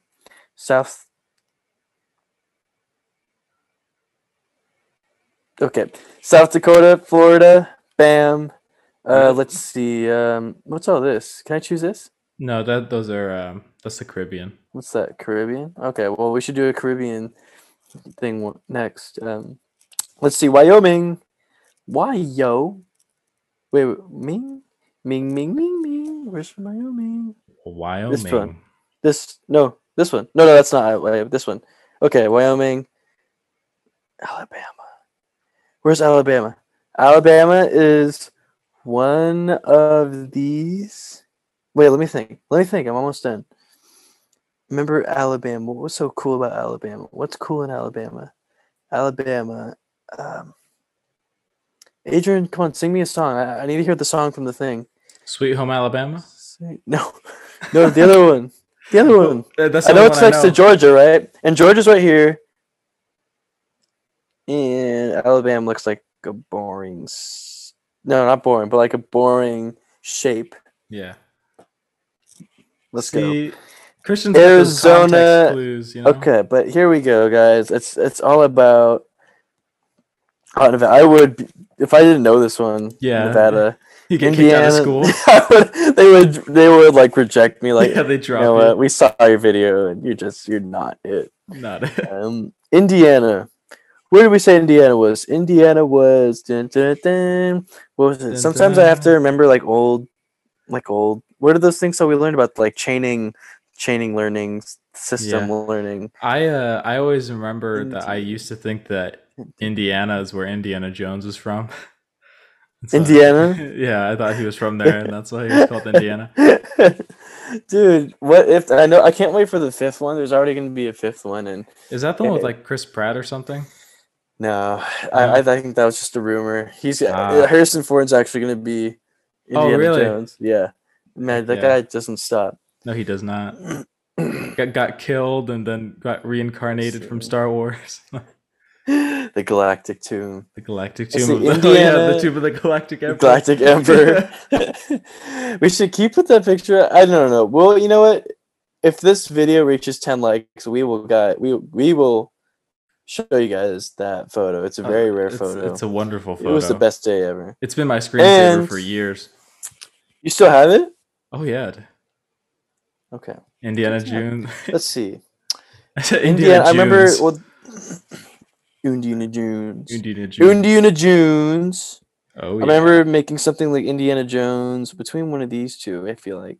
[SPEAKER 1] South. Okay, South Dakota, Florida, bam. Uh, let's see. Um, what's all this? Can I choose this?
[SPEAKER 2] No, that those are um, that's the Caribbean.
[SPEAKER 1] What's that? Caribbean? Okay, well, we should do a Caribbean thing w- next. Um, let's see. Wyoming. Why, yo? Wait, wait, Ming? Ming, Ming, Ming, Ming. Where's Wyoming?
[SPEAKER 2] Wyoming.
[SPEAKER 1] fun. This no, this one. No, no, that's not Iowa. This one. Okay, Wyoming, Alabama. Where's Alabama? Alabama is one of these. Wait, let me think. Let me think. I'm almost done. Remember Alabama? What was so cool about Alabama? What's cool in Alabama? Alabama. Um, Adrian, come on, sing me a song. I, I need to hear the song from the thing.
[SPEAKER 2] Sweet Home Alabama.
[SPEAKER 1] Say- No, no, the other one. The other one.
[SPEAKER 2] Uh, That's
[SPEAKER 1] I
[SPEAKER 2] the
[SPEAKER 1] know
[SPEAKER 2] only
[SPEAKER 1] it's
[SPEAKER 2] one
[SPEAKER 1] next to Georgia, right? And Georgia's right here. And Alabama looks like a boring. s- No, not boring, but like a boring shape.
[SPEAKER 2] Yeah.
[SPEAKER 1] Let's go.
[SPEAKER 2] See, Christian's got those context
[SPEAKER 1] Arizona-
[SPEAKER 2] clues, you know?
[SPEAKER 1] Okay, but here we go, guys. It's it's all about hot Nevada. I would be- if I didn't know this one.
[SPEAKER 2] Yeah.
[SPEAKER 1] Nevada,
[SPEAKER 2] You get kicked out
[SPEAKER 1] Indiana.
[SPEAKER 2] of school.
[SPEAKER 1] I would, they would they would like reject me. Like
[SPEAKER 2] yeah, they
[SPEAKER 1] you
[SPEAKER 2] drop
[SPEAKER 1] know
[SPEAKER 2] you.
[SPEAKER 1] what? We saw your video, and you're just you're not it.
[SPEAKER 2] Not
[SPEAKER 1] Um, Indiana. Where did we say Indiana was? Indiana was. Dun, dun, dun. What was it?
[SPEAKER 2] Dun,
[SPEAKER 1] Sometimes I have to
[SPEAKER 2] dun.
[SPEAKER 1] remember like old, like old. What are those things that we learned about? Like chaining, chaining learning, s- system
[SPEAKER 2] Yeah.
[SPEAKER 1] learning.
[SPEAKER 2] I uh, I always remember that I
[SPEAKER 1] Indiana.
[SPEAKER 2] used to think that Indiana is where Indiana Jones was from. And
[SPEAKER 1] Indiana?
[SPEAKER 2] yeah, I thought he was from there, and that's why he was called Indiana.
[SPEAKER 1] Dude, what if I know? I can't wait for the fifth one. There's already going to be a fifth one, and
[SPEAKER 2] Is that the one with like Chris Pratt or something?
[SPEAKER 1] no, I, I think that was just a rumor. He's
[SPEAKER 2] Mm.
[SPEAKER 1] uh,
[SPEAKER 2] Ah. Oh,
[SPEAKER 1] Harrison Ford's actually going to be Indiana
[SPEAKER 2] really?
[SPEAKER 1] Jones. Yeah, man, that
[SPEAKER 2] Yeah.
[SPEAKER 1] guy doesn't stop.
[SPEAKER 2] No, he does not. got, got killed and then got reincarnated from
[SPEAKER 1] see.
[SPEAKER 2] Star Wars. the
[SPEAKER 1] the Galactic Tomb.
[SPEAKER 2] Galactic
[SPEAKER 1] Let's
[SPEAKER 2] Tomb of
[SPEAKER 1] see,
[SPEAKER 2] the, oh, yeah,
[SPEAKER 1] Indiana-
[SPEAKER 2] the Tomb of the Galactic Emperor.
[SPEAKER 1] Galactic Emperor. we should keep with that picture. I don't know. Well, you know what? if this video reaches 10 likes, we will got we we will show you guys that photo. It's a
[SPEAKER 2] Uh,
[SPEAKER 1] very rare
[SPEAKER 2] it's,
[SPEAKER 1] photo.
[SPEAKER 2] It's a wonderful photo.
[SPEAKER 1] It was the best day ever.
[SPEAKER 2] It's been my screensaver
[SPEAKER 1] And-
[SPEAKER 2] for years.
[SPEAKER 1] You still have it?
[SPEAKER 2] Oh yeah,
[SPEAKER 1] Okay.
[SPEAKER 2] Indiana June.
[SPEAKER 1] Let's see.
[SPEAKER 2] Indiana,
[SPEAKER 1] Indiana, I remember
[SPEAKER 2] Jones.
[SPEAKER 1] well Indiana Jones.
[SPEAKER 2] Indiana June.
[SPEAKER 1] Indiana Jones.
[SPEAKER 2] oh yeah.
[SPEAKER 1] I remember making something like Indiana Jones between one of these two, I feel like.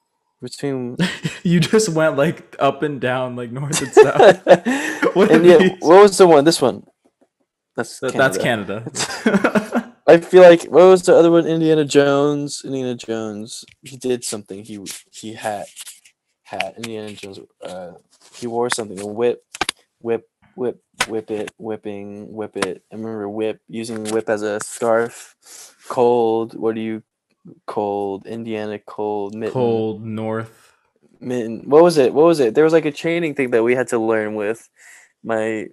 [SPEAKER 1] Between
[SPEAKER 2] you just went like up and down, like north and south. What are
[SPEAKER 1] and yeah,
[SPEAKER 2] these?
[SPEAKER 1] what was the one? This one. That's
[SPEAKER 2] That-
[SPEAKER 1] Canada.
[SPEAKER 2] That's Canada.
[SPEAKER 1] I feel like what was the other one? Indiana Jones. Indiana Jones. He did something. He he had had Indiana Jones. Uh, he wore something. A whip, whip, whip, whip it, whipping, whip it. I remember whip using whip as a scarf. Cold. What do you? Cold. Indiana cold. Mitten.
[SPEAKER 2] Cold north.
[SPEAKER 1] Mitten. What was it? What was it? There was like a chaining thing that we had to learn with my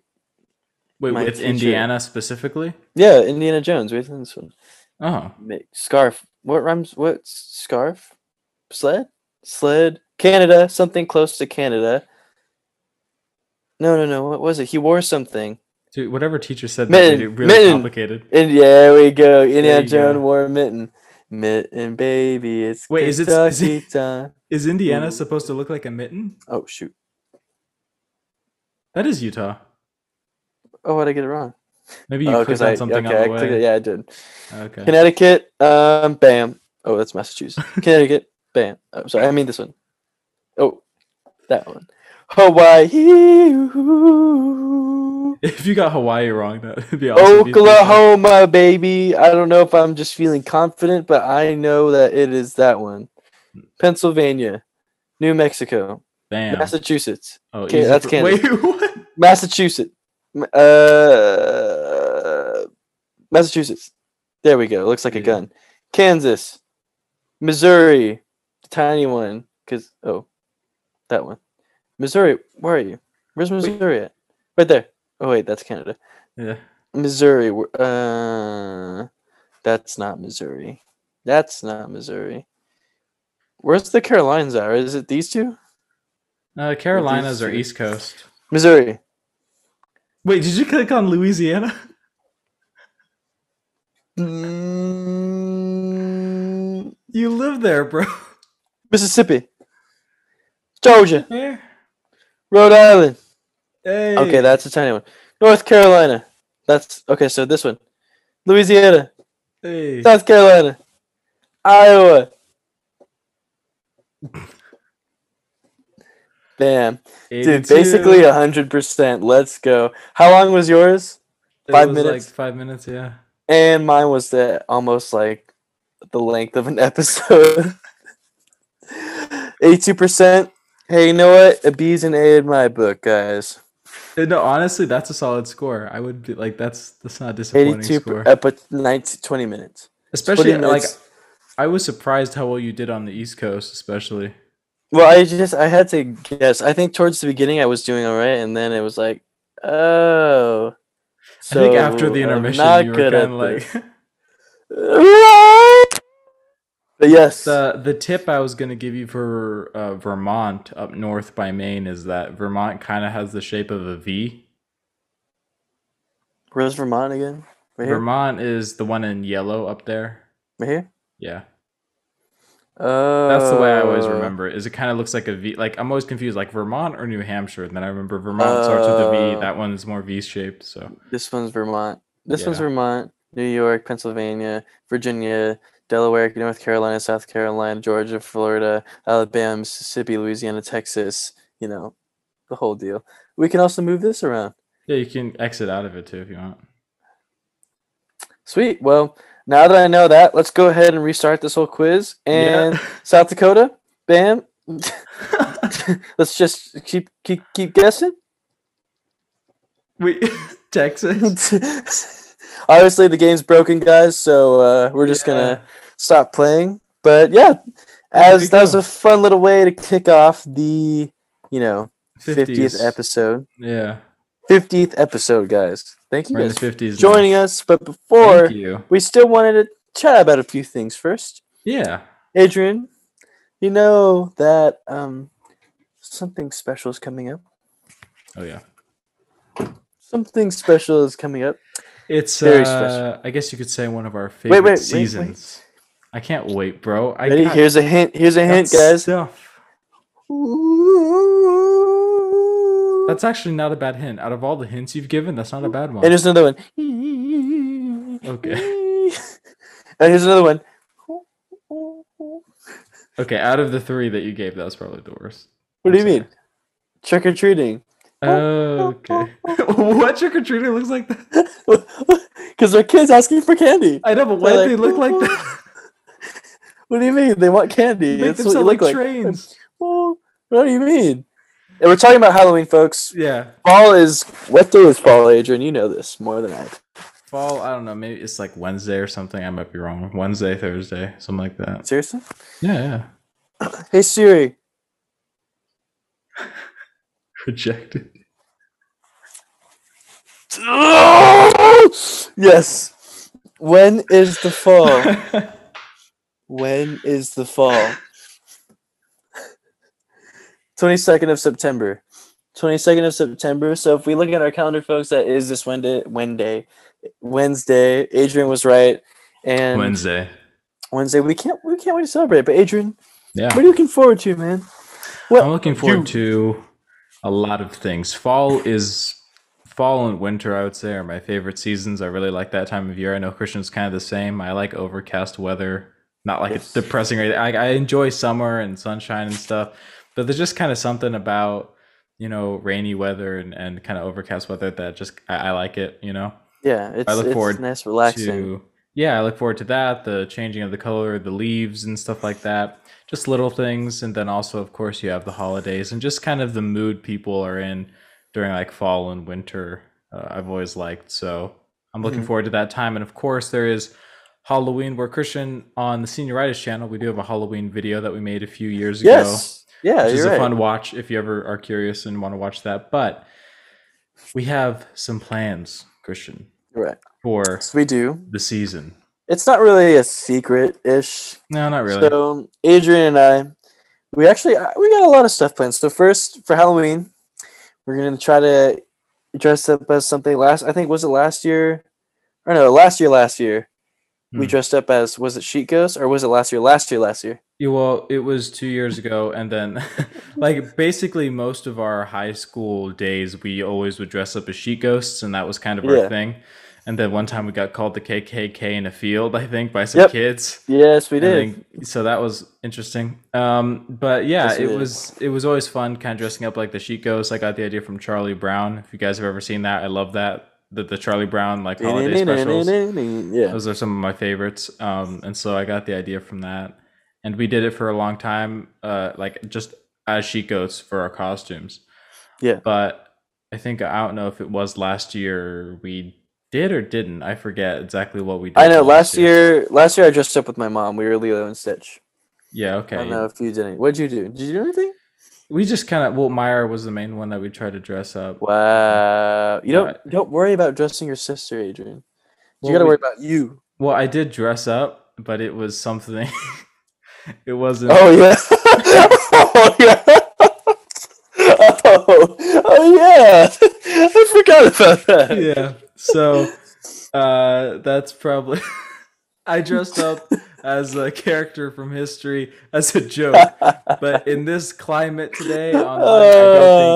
[SPEAKER 2] Wait,
[SPEAKER 1] My
[SPEAKER 2] with
[SPEAKER 1] teacher-
[SPEAKER 2] Indiana specifically?
[SPEAKER 1] yeah Indiana Jones. We had to learn this one.
[SPEAKER 2] Oh,
[SPEAKER 1] Ma- scarf. What rhymes? What s- scarf? Sled? Sled? Canada? Something close to Canada. No, no, no. What was it? He wore something.
[SPEAKER 2] dude, whatever teacher said that made it
[SPEAKER 1] Mitten,
[SPEAKER 2] really
[SPEAKER 1] mitten.
[SPEAKER 2] complicated.
[SPEAKER 1] And yeah, we go. Indiana
[SPEAKER 2] you
[SPEAKER 1] Jones
[SPEAKER 2] go.
[SPEAKER 1] wore a mitten. Mitten, baby. It's
[SPEAKER 2] Wait, is it- is
[SPEAKER 1] Kentucky
[SPEAKER 2] it-
[SPEAKER 1] time.
[SPEAKER 2] Is Indiana
[SPEAKER 1] Ooh.
[SPEAKER 2] supposed to look like a mitten?
[SPEAKER 1] Oh shoot!
[SPEAKER 2] That is Utah.
[SPEAKER 1] Oh, why'd I get it wrong?
[SPEAKER 2] Maybe you
[SPEAKER 1] Oh, because
[SPEAKER 2] clicked on
[SPEAKER 1] I
[SPEAKER 2] something
[SPEAKER 1] okay, I
[SPEAKER 2] on the
[SPEAKER 1] clicked it.
[SPEAKER 2] way.
[SPEAKER 1] Yeah, I did.
[SPEAKER 2] Okay.
[SPEAKER 1] Connecticut. Um, bam. Oh, that's Massachusetts. Connecticut. Bam. Oh, sorry, I mean this one. Oh, that one. Hawaii.
[SPEAKER 2] If you got Hawaii wrong, that would be awesome. if you did that.
[SPEAKER 1] Oklahoma, baby. I don't know if I'm just feeling confident, but I know that it is that one. Pennsylvania, New Mexico,
[SPEAKER 2] Damn.
[SPEAKER 1] Massachusetts,
[SPEAKER 2] oh,
[SPEAKER 1] okay,
[SPEAKER 2] easy
[SPEAKER 1] that's
[SPEAKER 2] for-
[SPEAKER 1] Canada.
[SPEAKER 2] Wait, what?
[SPEAKER 1] Massachusetts, m- uh, Massachusetts. There we go. Looks like a
[SPEAKER 2] Yeah.
[SPEAKER 1] gun. Kansas, Missouri, tiny one. Cause oh, that one. Missouri. Where are you? Where's Missouri at? Right there. Oh wait, that's Canada.
[SPEAKER 2] Yeah.
[SPEAKER 1] Missouri. w- Uh, that's not Missouri. That's not Missouri. Where's the Carolinas at? Is it these two?
[SPEAKER 2] Uh, Carolinas
[SPEAKER 1] these
[SPEAKER 2] are
[SPEAKER 1] two.
[SPEAKER 2] East Coast.
[SPEAKER 1] Missouri.
[SPEAKER 2] Wait, did you click on Louisiana?
[SPEAKER 1] Mm,
[SPEAKER 2] You live there, bro.
[SPEAKER 1] Mississippi. Georgia.
[SPEAKER 2] There.
[SPEAKER 1] Rhode Island.
[SPEAKER 2] Hey.
[SPEAKER 1] Okay, that's a tiny one. North Carolina. That's okay, so this one. Louisiana.
[SPEAKER 2] Hey.
[SPEAKER 1] South Carolina. Iowa. Damn. Dude,
[SPEAKER 2] 82.
[SPEAKER 1] basically a hundred percent. Let's go. How long was yours?
[SPEAKER 2] It
[SPEAKER 1] five
[SPEAKER 2] was like
[SPEAKER 1] minutes.
[SPEAKER 2] five minutes, yeah.
[SPEAKER 1] And mine was the almost like the length of an episode. Eighty-two percent. Hey, you know what? A B's and A in my book, guys.
[SPEAKER 2] Uh, No, honestly, that's a solid score. I would be like, that's that's not a disappointing
[SPEAKER 1] Eighty-two
[SPEAKER 2] score.
[SPEAKER 1] per, uh, but 19, 20 minutes.
[SPEAKER 2] especially
[SPEAKER 1] 20
[SPEAKER 2] like,
[SPEAKER 1] minutes.
[SPEAKER 2] I was surprised how well you did on the East Coast, especially.
[SPEAKER 1] Well, I just I had to guess. I think towards the beginning I was doing all right, and then it was like, oh. So
[SPEAKER 2] I think after the
[SPEAKER 1] I'm
[SPEAKER 2] intermission,
[SPEAKER 1] not
[SPEAKER 2] you were
[SPEAKER 1] good
[SPEAKER 2] kind
[SPEAKER 1] at
[SPEAKER 2] of like
[SPEAKER 1] this. But yes.
[SPEAKER 2] the the tip I was gonna give you for uh, Vermont up north by Maine is that Vermont kind of has the shape of a V.
[SPEAKER 1] Where's Vermont again? Right here?
[SPEAKER 2] uh, Vermont is the one in yellow up there.
[SPEAKER 1] Right here?
[SPEAKER 2] Yeah,
[SPEAKER 1] Oh.
[SPEAKER 2] that's the way I always remember. It, is it kind of looks like a V? Like I'm always confused, like Vermont or New Hampshire. And then I remember Vermont starts with a V.
[SPEAKER 1] Oh.
[SPEAKER 2] That one is more V shaped. So
[SPEAKER 1] This one's Vermont. This one's
[SPEAKER 2] Yeah.
[SPEAKER 1] Vermont, New York, Pennsylvania, Virginia, Delaware, North Carolina, South Carolina, Georgia, Florida, Alabama, Mississippi, Louisiana, Texas, you know, the whole deal. We can also move this around.
[SPEAKER 2] yeah, you can exit out of it too if you want.
[SPEAKER 1] Sweet. Well, now that I know that, let's go ahead and restart this whole quiz. And
[SPEAKER 2] Yeah.
[SPEAKER 1] South Dakota, bam. let's just keep keep keep guessing.
[SPEAKER 2] Wait, Texas.
[SPEAKER 1] Obviously, the game's broken, guys. So uh, we're just gonna stop playing. But yeah,
[SPEAKER 2] you
[SPEAKER 1] as that was
[SPEAKER 2] go.
[SPEAKER 1] a fun little way to kick off the you know fiftieth
[SPEAKER 2] 50s.
[SPEAKER 1] episode.
[SPEAKER 2] Yeah,
[SPEAKER 1] Fiftieth episode, guys. Thank you
[SPEAKER 2] we're in the
[SPEAKER 1] guys for
[SPEAKER 2] fifties.
[SPEAKER 1] joining us. But
[SPEAKER 2] Thank
[SPEAKER 1] before
[SPEAKER 2] you.
[SPEAKER 1] we still wanted to chat about a few things first.
[SPEAKER 2] Yeah.
[SPEAKER 1] Adrian, you know that um, something special is coming up.
[SPEAKER 2] Oh yeah.
[SPEAKER 1] Something special is coming up.
[SPEAKER 2] It's
[SPEAKER 1] Very
[SPEAKER 2] uh,
[SPEAKER 1] special.
[SPEAKER 2] I guess you could say one of our favorite
[SPEAKER 1] wait, wait, wait.
[SPEAKER 2] seasons. I can't wait, bro. I
[SPEAKER 1] Ready?
[SPEAKER 2] got-
[SPEAKER 1] Here's a hint. Here's a
[SPEAKER 2] got
[SPEAKER 1] hint, guys.
[SPEAKER 2] Stuff. That's actually not a bad hint. Out of all the hints you've given, that's not a bad one.
[SPEAKER 1] And here's another one.
[SPEAKER 2] Okay.
[SPEAKER 1] And here's another one.
[SPEAKER 2] Okay. Out of the three that you gave, that was probably the worst.
[SPEAKER 1] What do you
[SPEAKER 2] I'm
[SPEAKER 1] mean? Trick or treating. Oh.
[SPEAKER 2] Okay. what trick or treating looks like that?
[SPEAKER 1] Because they're kids asking for candy.
[SPEAKER 2] I know, but why
[SPEAKER 1] They're
[SPEAKER 2] do they
[SPEAKER 1] like,
[SPEAKER 2] look like that?
[SPEAKER 1] What do you mean? They want candy. That's
[SPEAKER 2] Make them
[SPEAKER 1] what you
[SPEAKER 2] sound like
[SPEAKER 1] look like.
[SPEAKER 2] trains.
[SPEAKER 1] Well, what do you mean? And we're talking about Halloween, folks.
[SPEAKER 2] Yeah.
[SPEAKER 1] Fall is what day is fall, Adrian? You know this more than I.
[SPEAKER 2] Fall. I don't know. Maybe it's like Wednesday or something. I might be wrong. Wednesday, Thursday, something like that.
[SPEAKER 1] Seriously?
[SPEAKER 2] Yeah. Yeah.
[SPEAKER 1] Hey Siri,
[SPEAKER 2] Rejected.
[SPEAKER 1] yes. When is the fall? when is the fall? 22nd of September. 22nd of September. So if we look at our calendar, folks, that is this Wednesday. Wednesday. Wednesday. Adrian was right. And Wednesday.
[SPEAKER 2] Wednesday.
[SPEAKER 1] we can't we can't wait to celebrate. But Adrian,
[SPEAKER 2] Yeah.
[SPEAKER 1] what are you looking forward to, man? What
[SPEAKER 2] I'm looking forward to a lot of things. Fall is fall and winter, I would say, are my favorite seasons. I really like that time of year. I know Christian's kind of the same. I like overcast weather, not like it's depressing. Or anything. I, I enjoy summer and sunshine and stuff, but there's just kind of something about you know rainy weather and, and kind of overcast weather that just I, I like it. You know,
[SPEAKER 1] Yeah, it's,
[SPEAKER 2] look
[SPEAKER 1] it's
[SPEAKER 2] forward
[SPEAKER 1] nice, relaxing.
[SPEAKER 2] to- yeah, I look forward to that. The changing of the color, the leaves, and stuff like that. Just little things, and then also, of course, you have the holidays and just kind of the mood people are in during like fall and winter. Uh, I've always liked, so I'm looking
[SPEAKER 1] Mhm.
[SPEAKER 2] forward to that time. And of course, there is Halloween. Where Christian on the Senioritis channel, we do have a Halloween video that we made a few years ago
[SPEAKER 1] Yes. Yeah,
[SPEAKER 2] which is
[SPEAKER 1] you're
[SPEAKER 2] a
[SPEAKER 1] right.
[SPEAKER 2] fun watch if you ever are curious and want to watch that. But we have some plans, Christian,
[SPEAKER 1] You're right.
[SPEAKER 2] for
[SPEAKER 1] Yes, we do.
[SPEAKER 2] the season.
[SPEAKER 1] It's not really a secret ish.
[SPEAKER 2] No, not really.
[SPEAKER 1] So Adrian and I, we actually I- we got a lot of stuff planned. So first for Halloween, we're gonna try to dress up as something. Last I think was it last year, or no, last year last year. We
[SPEAKER 2] Hmm.
[SPEAKER 1] dressed up as was it Sheet Ghost or was it last year? Last year, last year.
[SPEAKER 2] Yeah, well, it was two years ago, and then, like, basically most of our high school days, we always would dress up as sheet ghosts, and that was kind of our
[SPEAKER 1] Yeah.
[SPEAKER 2] thing. And then one time we got called the KKK in a field, I think, by some
[SPEAKER 1] Yep.
[SPEAKER 2] kids.
[SPEAKER 1] Yes, we
[SPEAKER 2] I
[SPEAKER 1] did.
[SPEAKER 2] think- so that was interesting. Um, but yeah,
[SPEAKER 1] Yes, it
[SPEAKER 2] it
[SPEAKER 1] is.
[SPEAKER 2] was it was always fun, kind of dressing up like the Sheet Ghost. I got the idea from Charlie Brown. If you guys have ever seen that, I love that the, the Charlie Brown like holiday specials.
[SPEAKER 1] Yeah.
[SPEAKER 2] Those are some of my favorites. Um, and so I got the idea from that, and we did it for a long time, uh, like just as Sheet Ghosts for our costumes.
[SPEAKER 1] Yeah.
[SPEAKER 2] But I think I don't know if it was last year we did or didn't. I forget exactly what we did.
[SPEAKER 1] I know. Last year, last year I dressed up with my mom. We were Lilo and Stitch.
[SPEAKER 2] Yeah. Okay.
[SPEAKER 1] I don't know if you didn't. What'd you do? Did you do anything?
[SPEAKER 2] We just kind of well, Meyer was the main one that we tried to dress up.
[SPEAKER 1] Wow. You don't don't worry about dressing your sister, Adrian. You
[SPEAKER 2] Well,
[SPEAKER 1] gotta
[SPEAKER 2] we-
[SPEAKER 1] worry about you.
[SPEAKER 2] Well, I did dress up, but it was something. it wasn't.
[SPEAKER 1] Oh yeah. oh yeah. Oh, oh yeah. I forgot about that.
[SPEAKER 2] yeah. So, uh, that's probably. I dressed up as a character from history as a joke, but in this climate today, online, I don't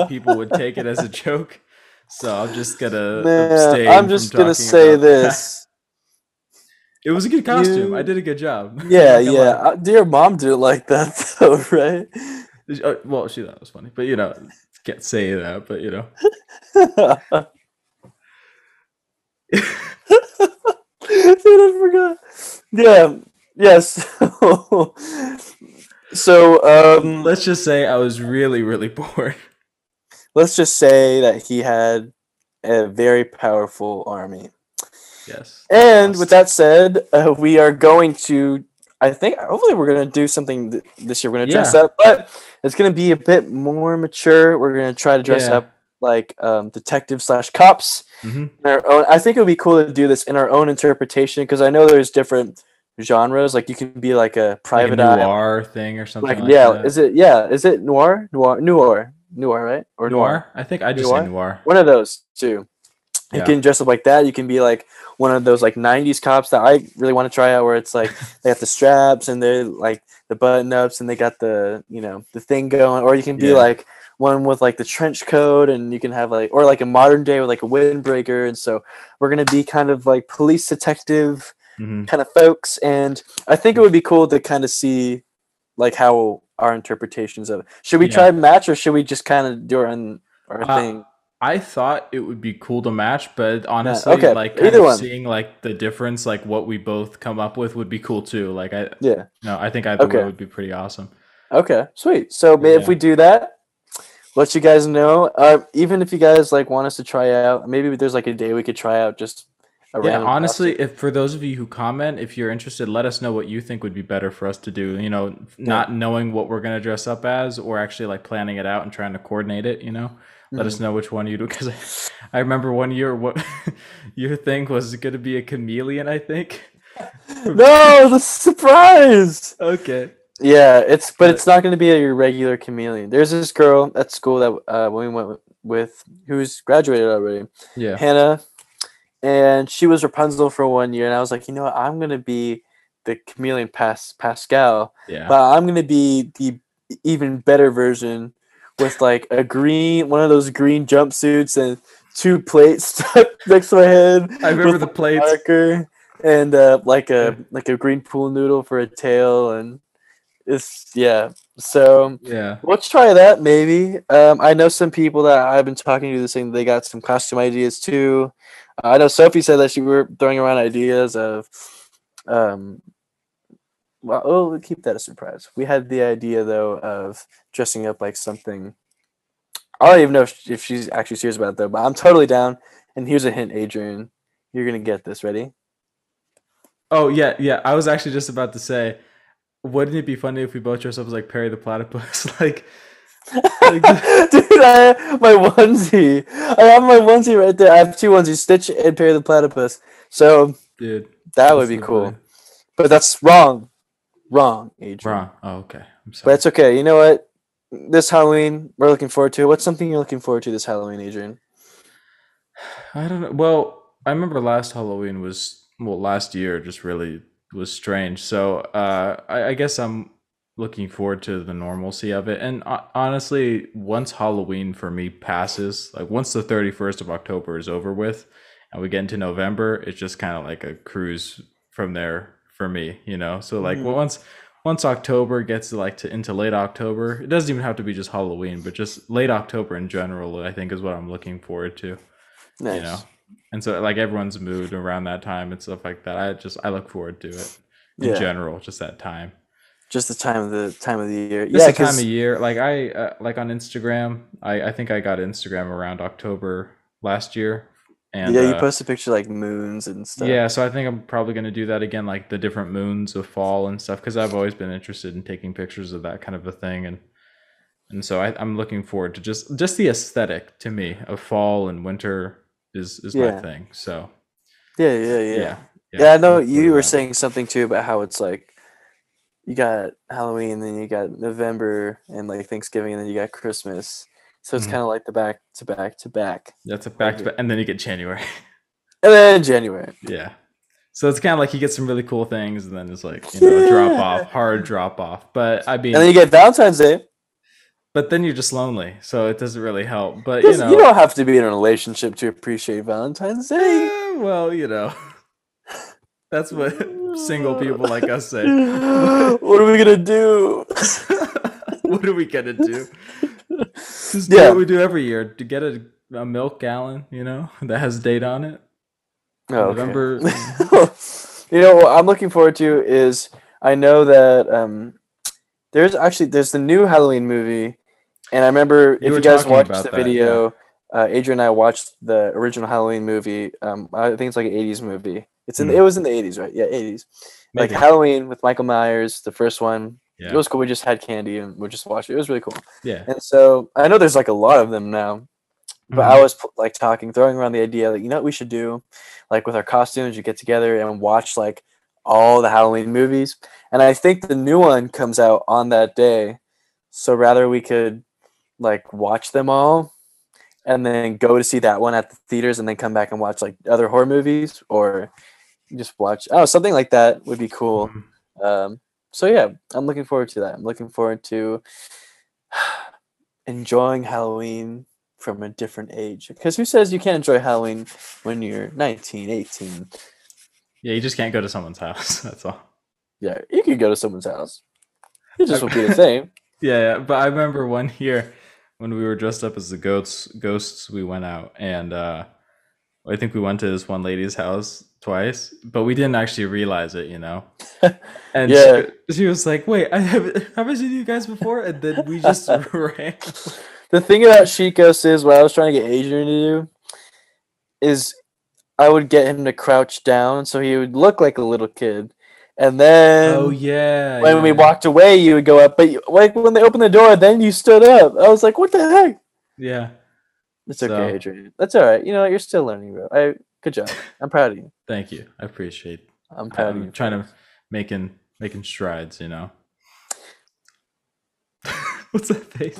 [SPEAKER 1] Uh.
[SPEAKER 2] think people would take it as a joke. So I'm just gonna. abstain
[SPEAKER 1] Man, I'm
[SPEAKER 2] from
[SPEAKER 1] just gonna
[SPEAKER 2] talking
[SPEAKER 1] say
[SPEAKER 2] about that.
[SPEAKER 1] this.
[SPEAKER 2] It was a good costume. I
[SPEAKER 1] You-
[SPEAKER 2] did a good job.
[SPEAKER 1] Yeah,
[SPEAKER 2] Not gonna
[SPEAKER 1] yeah.
[SPEAKER 2] lie.
[SPEAKER 1] Uh, Dear mom didn't like that though, right?
[SPEAKER 2] Uh, well, she thought it was funny, but you know, can't say that. But you know,
[SPEAKER 1] Dude, I forgot. Yeah. Yes. so um
[SPEAKER 2] let's just say I was really, really bored.
[SPEAKER 1] let's just say that he had a very powerful army.
[SPEAKER 2] Yes.
[SPEAKER 1] And with
[SPEAKER 2] Lost.
[SPEAKER 1] that said, uh, we are going to. I think hopefully we're gonna do something th- this year. We're gonna dress
[SPEAKER 2] Yeah.
[SPEAKER 1] up, but it's gonna be a bit more mature. We're gonna try to dress
[SPEAKER 2] Yeah.
[SPEAKER 1] up like um, detective slash cops in
[SPEAKER 2] Mhm.
[SPEAKER 1] our own. I think it would be cool to do this in our own interpretation because I know there's different genres. Like you can be like a
[SPEAKER 2] Like a
[SPEAKER 1] private eye.
[SPEAKER 2] noir thing or something.
[SPEAKER 1] Like,
[SPEAKER 2] Like,
[SPEAKER 1] yeah,
[SPEAKER 2] that.
[SPEAKER 1] is it yeah, is it noir? Noir noir. Noir, right? Or
[SPEAKER 2] noir? I think I just
[SPEAKER 1] Noir?
[SPEAKER 2] said noir.
[SPEAKER 1] One of those two. You
[SPEAKER 2] Yeah.
[SPEAKER 1] can dress up like that. You can be like one of those like '90s cops that I really want to try out, where it's like they have the straps and they're like the button ups and they got the you know the thing going. Or you can be
[SPEAKER 2] Yeah.
[SPEAKER 1] like one with like the trench coat and you can have like or like a modern day with like a windbreaker. And so we're gonna be kind of like police detective
[SPEAKER 2] Mhm.
[SPEAKER 1] kind of folks and i think it would be cool to kind of see like how our interpretations of it should we
[SPEAKER 2] Yeah.
[SPEAKER 1] try match or should we just kind of do our own our
[SPEAKER 2] Uh,
[SPEAKER 1] thing
[SPEAKER 2] I thought it would be cool to match, but honestly,
[SPEAKER 1] okay,
[SPEAKER 2] like kind
[SPEAKER 1] either
[SPEAKER 2] of
[SPEAKER 1] one.
[SPEAKER 2] seeing like the difference, like what we both come up with would be cool too. Like I
[SPEAKER 1] yeah
[SPEAKER 2] no, I think either
[SPEAKER 1] Okay.
[SPEAKER 2] way would be pretty awesome.
[SPEAKER 1] okay sweet so may
[SPEAKER 2] Yeah.
[SPEAKER 1] if we do that let you guys know uh, even if you guys like want us to try out maybe there's like a day we could try out just a
[SPEAKER 2] Yeah,
[SPEAKER 1] random
[SPEAKER 2] honestly, if for those of you who comment, if you're interested, let us know what you think would be better for us to do. You know, not knowing what we're gonna dress up as, or actually like planning it out and trying to coordinate it. You know, let
[SPEAKER 1] Mm-hmm.
[SPEAKER 2] us know which one you do because I, I remember one year what your thing was gonna be a chameleon. I think.
[SPEAKER 1] costume. no the surprise
[SPEAKER 2] Okay.
[SPEAKER 1] Yeah, it's but it's not going to be your regular chameleon. There's this girl at school that uh, we went with who's graduated already,
[SPEAKER 2] Yeah.
[SPEAKER 1] Hannah, and she was Rapunzel for one year, and I was like, you know what, I'm going to be the chameleon Pas- Pascal,
[SPEAKER 2] Yeah.
[SPEAKER 1] but I'm going to be the even better version with like a green one of those green jumpsuits and two plates stuck next to my head.
[SPEAKER 2] I remember
[SPEAKER 1] with
[SPEAKER 2] the plates.
[SPEAKER 1] marker and uh, like a like a green pool noodle for a tail and it's yeah so
[SPEAKER 2] Yeah.
[SPEAKER 1] we'll try that maybe um, i know some people that i've been talking to saying they got some costume ideas too Uh, i know sophie said that she were throwing around ideas of um well oh, we'll keep that a surprise we had the idea though of dressing up like something i don't even know if, if she's actually serious about it though but i'm totally down and here's a hint adrian you're gonna get this ready
[SPEAKER 2] Oh yeah, yeah. I was actually just about to say, wouldn't it be funny if we both dressed up as like Perry the Platypus? like,
[SPEAKER 1] Dude, I have my onesie. I have my onesie right there. I have two onesies, Stitch and Perry the Platypus. So
[SPEAKER 2] dude,
[SPEAKER 1] that
[SPEAKER 2] that's
[SPEAKER 1] would be
[SPEAKER 2] so
[SPEAKER 1] cool.
[SPEAKER 2] funny.
[SPEAKER 1] But that's wrong. Wrong, Adrian.
[SPEAKER 2] Wrong. Oh, okay. I'm
[SPEAKER 1] But
[SPEAKER 2] sorry.
[SPEAKER 1] it's okay. You know what? This Halloween, we're looking forward to. it. What's something you're looking forward to this Halloween, Adrian?
[SPEAKER 2] I don't know. Well, I remember last Halloween was well last year just really was strange. So uh, I, I guess I'm looking forward to the normalcy of it. And uh, honestly, once Halloween for me passes, like once the 31st of October is over with, and we get into November, it's just kind of like a cruise from there for me, you know. So like
[SPEAKER 1] Mhm.
[SPEAKER 2] once once October gets like to into late October, it doesn't even have to be just Halloween, but just late October in general, I think is what I'm looking forward to
[SPEAKER 1] Nice.
[SPEAKER 2] you know and so like everyone's mood around that time and stuff like that i just i look forward to it in
[SPEAKER 1] Yeah.
[SPEAKER 2] general just that time
[SPEAKER 1] Just the time of the time of the year.
[SPEAKER 2] just
[SPEAKER 1] yeah,
[SPEAKER 2] the time
[SPEAKER 1] 'cause-
[SPEAKER 2] of year like i uh, like on instagram i i think i got instagram around october last year and
[SPEAKER 1] yeah, you
[SPEAKER 2] uh,
[SPEAKER 1] post a picture like moons and stuff.
[SPEAKER 2] yeah so i think i'm probably going to do that again like the different moons of fall and stuff because i've always been interested in taking pictures of that kind of a thing and and so I, i'm looking forward to just just the aesthetic to me of fall and winter is is my
[SPEAKER 1] Yeah.
[SPEAKER 2] thing so
[SPEAKER 1] yeah, yeah, yeah.
[SPEAKER 2] yeah.
[SPEAKER 1] Yeah, I know
[SPEAKER 2] I'm cool
[SPEAKER 1] you
[SPEAKER 2] with
[SPEAKER 1] were
[SPEAKER 2] that.
[SPEAKER 1] saying something too about how it's like you got Halloween, then you got November and like Thanksgiving, and then you got Christmas. So it's
[SPEAKER 2] Mhm.
[SPEAKER 1] kind of like the back to back to back,
[SPEAKER 2] that's a back to back, and then you get January.
[SPEAKER 1] and then January.
[SPEAKER 2] yeah. So it's kind of like you get some really cool things, and then it's like you know a drop off, hard drop off. But I mean,
[SPEAKER 1] And then you get Valentine's Day.
[SPEAKER 2] but then you're just lonely, so it doesn't really help. But you
[SPEAKER 1] Just- You,
[SPEAKER 2] know,
[SPEAKER 1] don't have to be in a relationship to appreciate Valentine's Day.
[SPEAKER 2] eh, well, you know, that's what single people like us say.
[SPEAKER 1] what are we gonna do?
[SPEAKER 2] what are we gonna do? Just do
[SPEAKER 1] Yeah.
[SPEAKER 2] what we do every year to get a, a milk gallon, you know, that has a date on it.
[SPEAKER 1] Oh, okay.
[SPEAKER 2] November.
[SPEAKER 1] you know what I'm looking forward to is I know that um, there's actually there's the new Halloween movie, and I remember if
[SPEAKER 2] were
[SPEAKER 1] you guys
[SPEAKER 2] talking
[SPEAKER 1] watched
[SPEAKER 2] about
[SPEAKER 1] the
[SPEAKER 2] that, yeah.
[SPEAKER 1] video, uh, Adrian and I watched the original Halloween movie. Um, I think it's like an '80s movie. It's in
[SPEAKER 2] Mhm.
[SPEAKER 1] it was in the '80s, right? Yeah, '80s.
[SPEAKER 2] Maybe.
[SPEAKER 1] Like Halloween with Michael Myers, the first one.
[SPEAKER 2] yeah,
[SPEAKER 1] It was cool. We just had candy and we just watched it. It was really cool.
[SPEAKER 2] yeah.
[SPEAKER 1] And so I know there's like a lot of them now, but I was pl- like talking, throwing around the idea like, you know what we should do, like with our costumes, you get together and watch like all the Halloween movies, and I think the new one comes out on that day. So rather we could like watch them all, and then go to see that one at the theaters, and then come back and watch like other horror movies, or just watch oh something like that would be cool. Um, so yeah, I'm looking forward to that. I'm looking forward to enjoying Halloween from a different age. Because who says you can't enjoy Halloween when you're 19, 18?
[SPEAKER 2] Yeah, you just can't go to someone's house. That's all.
[SPEAKER 1] Yeah, you could go to someone's house. It just would be the same.
[SPEAKER 2] Yeah, yeah, but I remember one year when we were dressed up as the goats ghosts, we went out and uh I think we went to this one lady's house twice, but we didn't actually realize it, you know. And
[SPEAKER 1] Yeah.
[SPEAKER 2] she, she was like, "Wait, I haven't haven't seen you guys before," and then we just ran.
[SPEAKER 1] The thing about Sheet Ghost is what I was trying to get Adrian to do is I would get him to crouch down so he would look like a little kid. And then
[SPEAKER 2] Oh yeah.
[SPEAKER 1] when we
[SPEAKER 2] yeah.
[SPEAKER 1] walked away, you would go up. But you, like when they opened the door, then you stood up. I was like, what the heck?
[SPEAKER 2] Yeah.
[SPEAKER 1] It's
[SPEAKER 2] So-
[SPEAKER 1] okay, Adrian. That's all right. You know, what? you're still learning, bro. I good job. I'm proud of you.
[SPEAKER 2] Thank you. I appreciate.
[SPEAKER 1] I'm proud of
[SPEAKER 2] I'm
[SPEAKER 1] you.
[SPEAKER 2] trying to making making strides, you know. What's that face?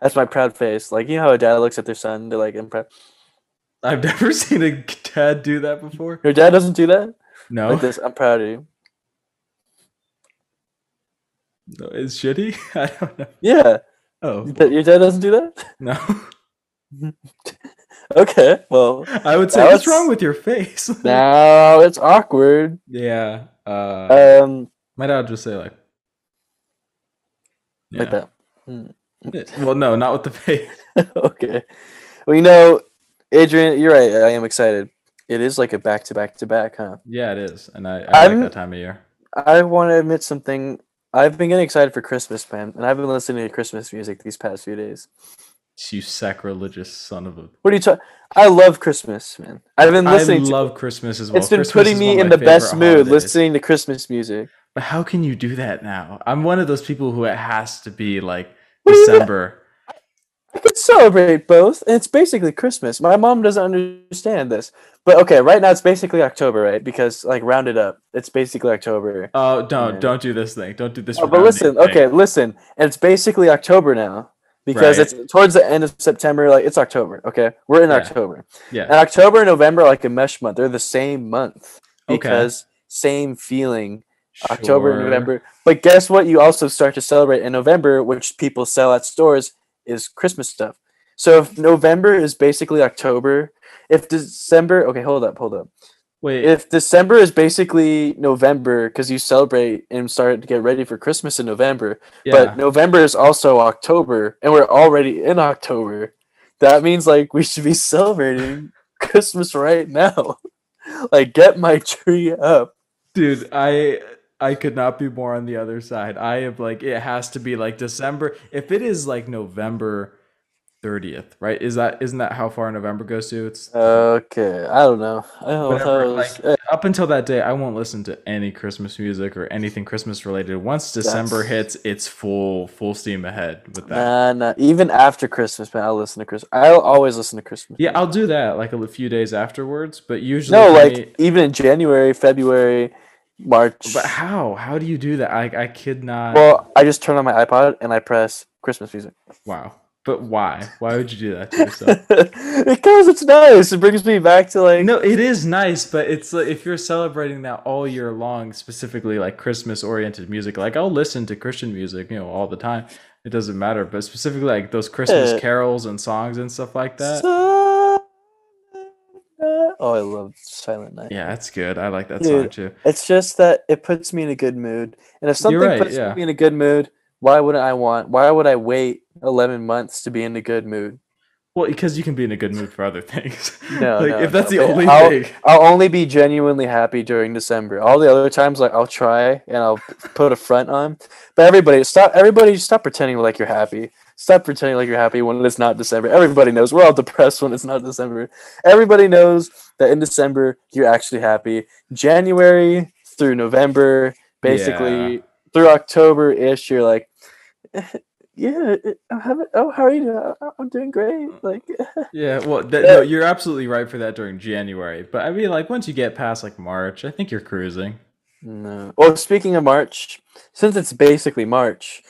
[SPEAKER 1] That's my proud face. Like you know how a dad looks at their son, they're like, "I'm proud."
[SPEAKER 2] I've never seen a dad do that before.
[SPEAKER 1] Your dad doesn't do that.
[SPEAKER 2] No.
[SPEAKER 1] Like this, I'm proud of you.
[SPEAKER 2] No, Is shitty? I don't know.
[SPEAKER 1] Yeah,
[SPEAKER 2] Oh
[SPEAKER 1] Th- your dad doesn't do that.
[SPEAKER 2] no!
[SPEAKER 1] Okay, well
[SPEAKER 2] I would say,
[SPEAKER 1] That was-
[SPEAKER 2] what's wrong with your face?
[SPEAKER 1] now it's awkward.
[SPEAKER 2] yeah. Uh,
[SPEAKER 1] Um,
[SPEAKER 2] my dad would just say like,
[SPEAKER 1] like that.
[SPEAKER 2] that. Well, no, not with the face.
[SPEAKER 1] okay. Well, you know, Adrian, you're right. I am excited. It is like a back to back to back, huh?
[SPEAKER 2] Yeah, it is, and I, I like
[SPEAKER 1] I'm-
[SPEAKER 2] that time of year.
[SPEAKER 1] I want to admit something. I've been getting excited for Christmas, man, and I've been listening to Christmas music these past few days.
[SPEAKER 2] You sacrilegious son of a!
[SPEAKER 1] What are you talking? I love Christmas, man. I've been
[SPEAKER 2] I
[SPEAKER 1] listening. to
[SPEAKER 2] love Christmas as well.
[SPEAKER 1] It's been
[SPEAKER 2] Christmas
[SPEAKER 1] putting
[SPEAKER 2] is one
[SPEAKER 1] me
[SPEAKER 2] of
[SPEAKER 1] in
[SPEAKER 2] my
[SPEAKER 1] the best
[SPEAKER 2] favorite
[SPEAKER 1] mood
[SPEAKER 2] holidays.
[SPEAKER 1] listening to Christmas music.
[SPEAKER 2] But how can you do that now? I'm one of those people who it has to be like
[SPEAKER 1] What do you mean?
[SPEAKER 2] December.
[SPEAKER 1] I could celebrate both. and It's basically Christmas. My mom doesn't understand this. But okay, right now it's basically October, right? Because like rounded up, it's basically October.
[SPEAKER 2] Oh, don't
[SPEAKER 1] Yeah.
[SPEAKER 2] don't do this thing. Don't do this.
[SPEAKER 1] Oh, but
[SPEAKER 2] rounding
[SPEAKER 1] listen,
[SPEAKER 2] thing.
[SPEAKER 1] okay, listen. And it's basically October now because
[SPEAKER 2] Right.
[SPEAKER 1] it's towards the end of September, like it's October, okay? We're in
[SPEAKER 2] Yeah.
[SPEAKER 1] October. And
[SPEAKER 2] Yeah.
[SPEAKER 1] October and November are like a mesh month. They're the same month
[SPEAKER 2] Okay.
[SPEAKER 1] because same feeling. October,
[SPEAKER 2] Sure.
[SPEAKER 1] November. But guess what? You also start to celebrate in November, which people sell at stores is Christmas stuff. So if November is basically October, if December, okay, hold up, hold up.
[SPEAKER 2] Wait.
[SPEAKER 1] If December is basically November because you celebrate and start to get ready for Christmas in November,
[SPEAKER 2] yeah.
[SPEAKER 1] but November is also October, and we're already in October. That means like we should be celebrating Christmas right now. like get my tree up.
[SPEAKER 2] dude i i could not be more on the other side i am like it has to be like december if it is like november 30th right is that isn't that how far november goes to it's
[SPEAKER 1] Okay, I don't know. Eh, I don't
[SPEAKER 2] Whatever,
[SPEAKER 1] know. Like,
[SPEAKER 2] like, up until that day i won't listen to any christmas music or anything christmas related once december hits it's full full steam ahead with that
[SPEAKER 1] nah, nah. Even after Christmas, man, I'll listen to Christmas. I'll always listen to Christmas.
[SPEAKER 2] yeah
[SPEAKER 1] music.
[SPEAKER 2] i'll do that like a few days afterwards but usually
[SPEAKER 1] no,
[SPEAKER 2] for
[SPEAKER 1] like
[SPEAKER 2] me-
[SPEAKER 1] even in January, February, March.
[SPEAKER 2] but how how do you do that i i could not
[SPEAKER 1] well, I just turn on my iPod and I press Christmas music
[SPEAKER 2] wow but why why would you do that to yourself
[SPEAKER 1] because it's nice. It brings me back to like.
[SPEAKER 2] No, it is nice, but it's like if you're celebrating that all year long, specifically like Christmas oriented music, like I'll listen to Christian music, you know, all the time. It doesn't matter, but specifically like those Christmas
[SPEAKER 1] Yeah.
[SPEAKER 2] carols and songs and stuff like that.
[SPEAKER 1] Silent Night. Oh, I love Silent Night.
[SPEAKER 2] yeah, that's good. I like that
[SPEAKER 1] Dude,
[SPEAKER 2] song too.
[SPEAKER 1] It's just that it puts me in a good mood. And if something
[SPEAKER 2] right,
[SPEAKER 1] puts
[SPEAKER 2] yeah.
[SPEAKER 1] me in a good mood, why wouldn't I want? Why would I wait 11 months to be in a good mood?
[SPEAKER 2] Well, because you can be in a good mood for other things.
[SPEAKER 1] No,
[SPEAKER 2] like
[SPEAKER 1] no,
[SPEAKER 2] if that's
[SPEAKER 1] no,
[SPEAKER 2] the
[SPEAKER 1] but
[SPEAKER 2] only
[SPEAKER 1] I'll-
[SPEAKER 2] thing.
[SPEAKER 1] I'll only be genuinely happy during December. All the other times, like I'll try and I'll put a front on. But everybody, stop! Everybody, stop pretending like you're happy. Stop pretending like you're happy when it's not December. Everybody knows we're all depressed when it's not December. Everybody knows that in December you're actually happy. January through November, basically
[SPEAKER 2] Yeah.
[SPEAKER 1] through October ish, you're like. "Eh, Yeah, I'm having. Oh, how are you? Doing? "Oh, I'm doing great. Like,
[SPEAKER 2] Yeah, well, th- no, you're absolutely right for that during January. But I mean, like once you get past like March, I think you're cruising.
[SPEAKER 1] No. Well, speaking of March, since it's basically March,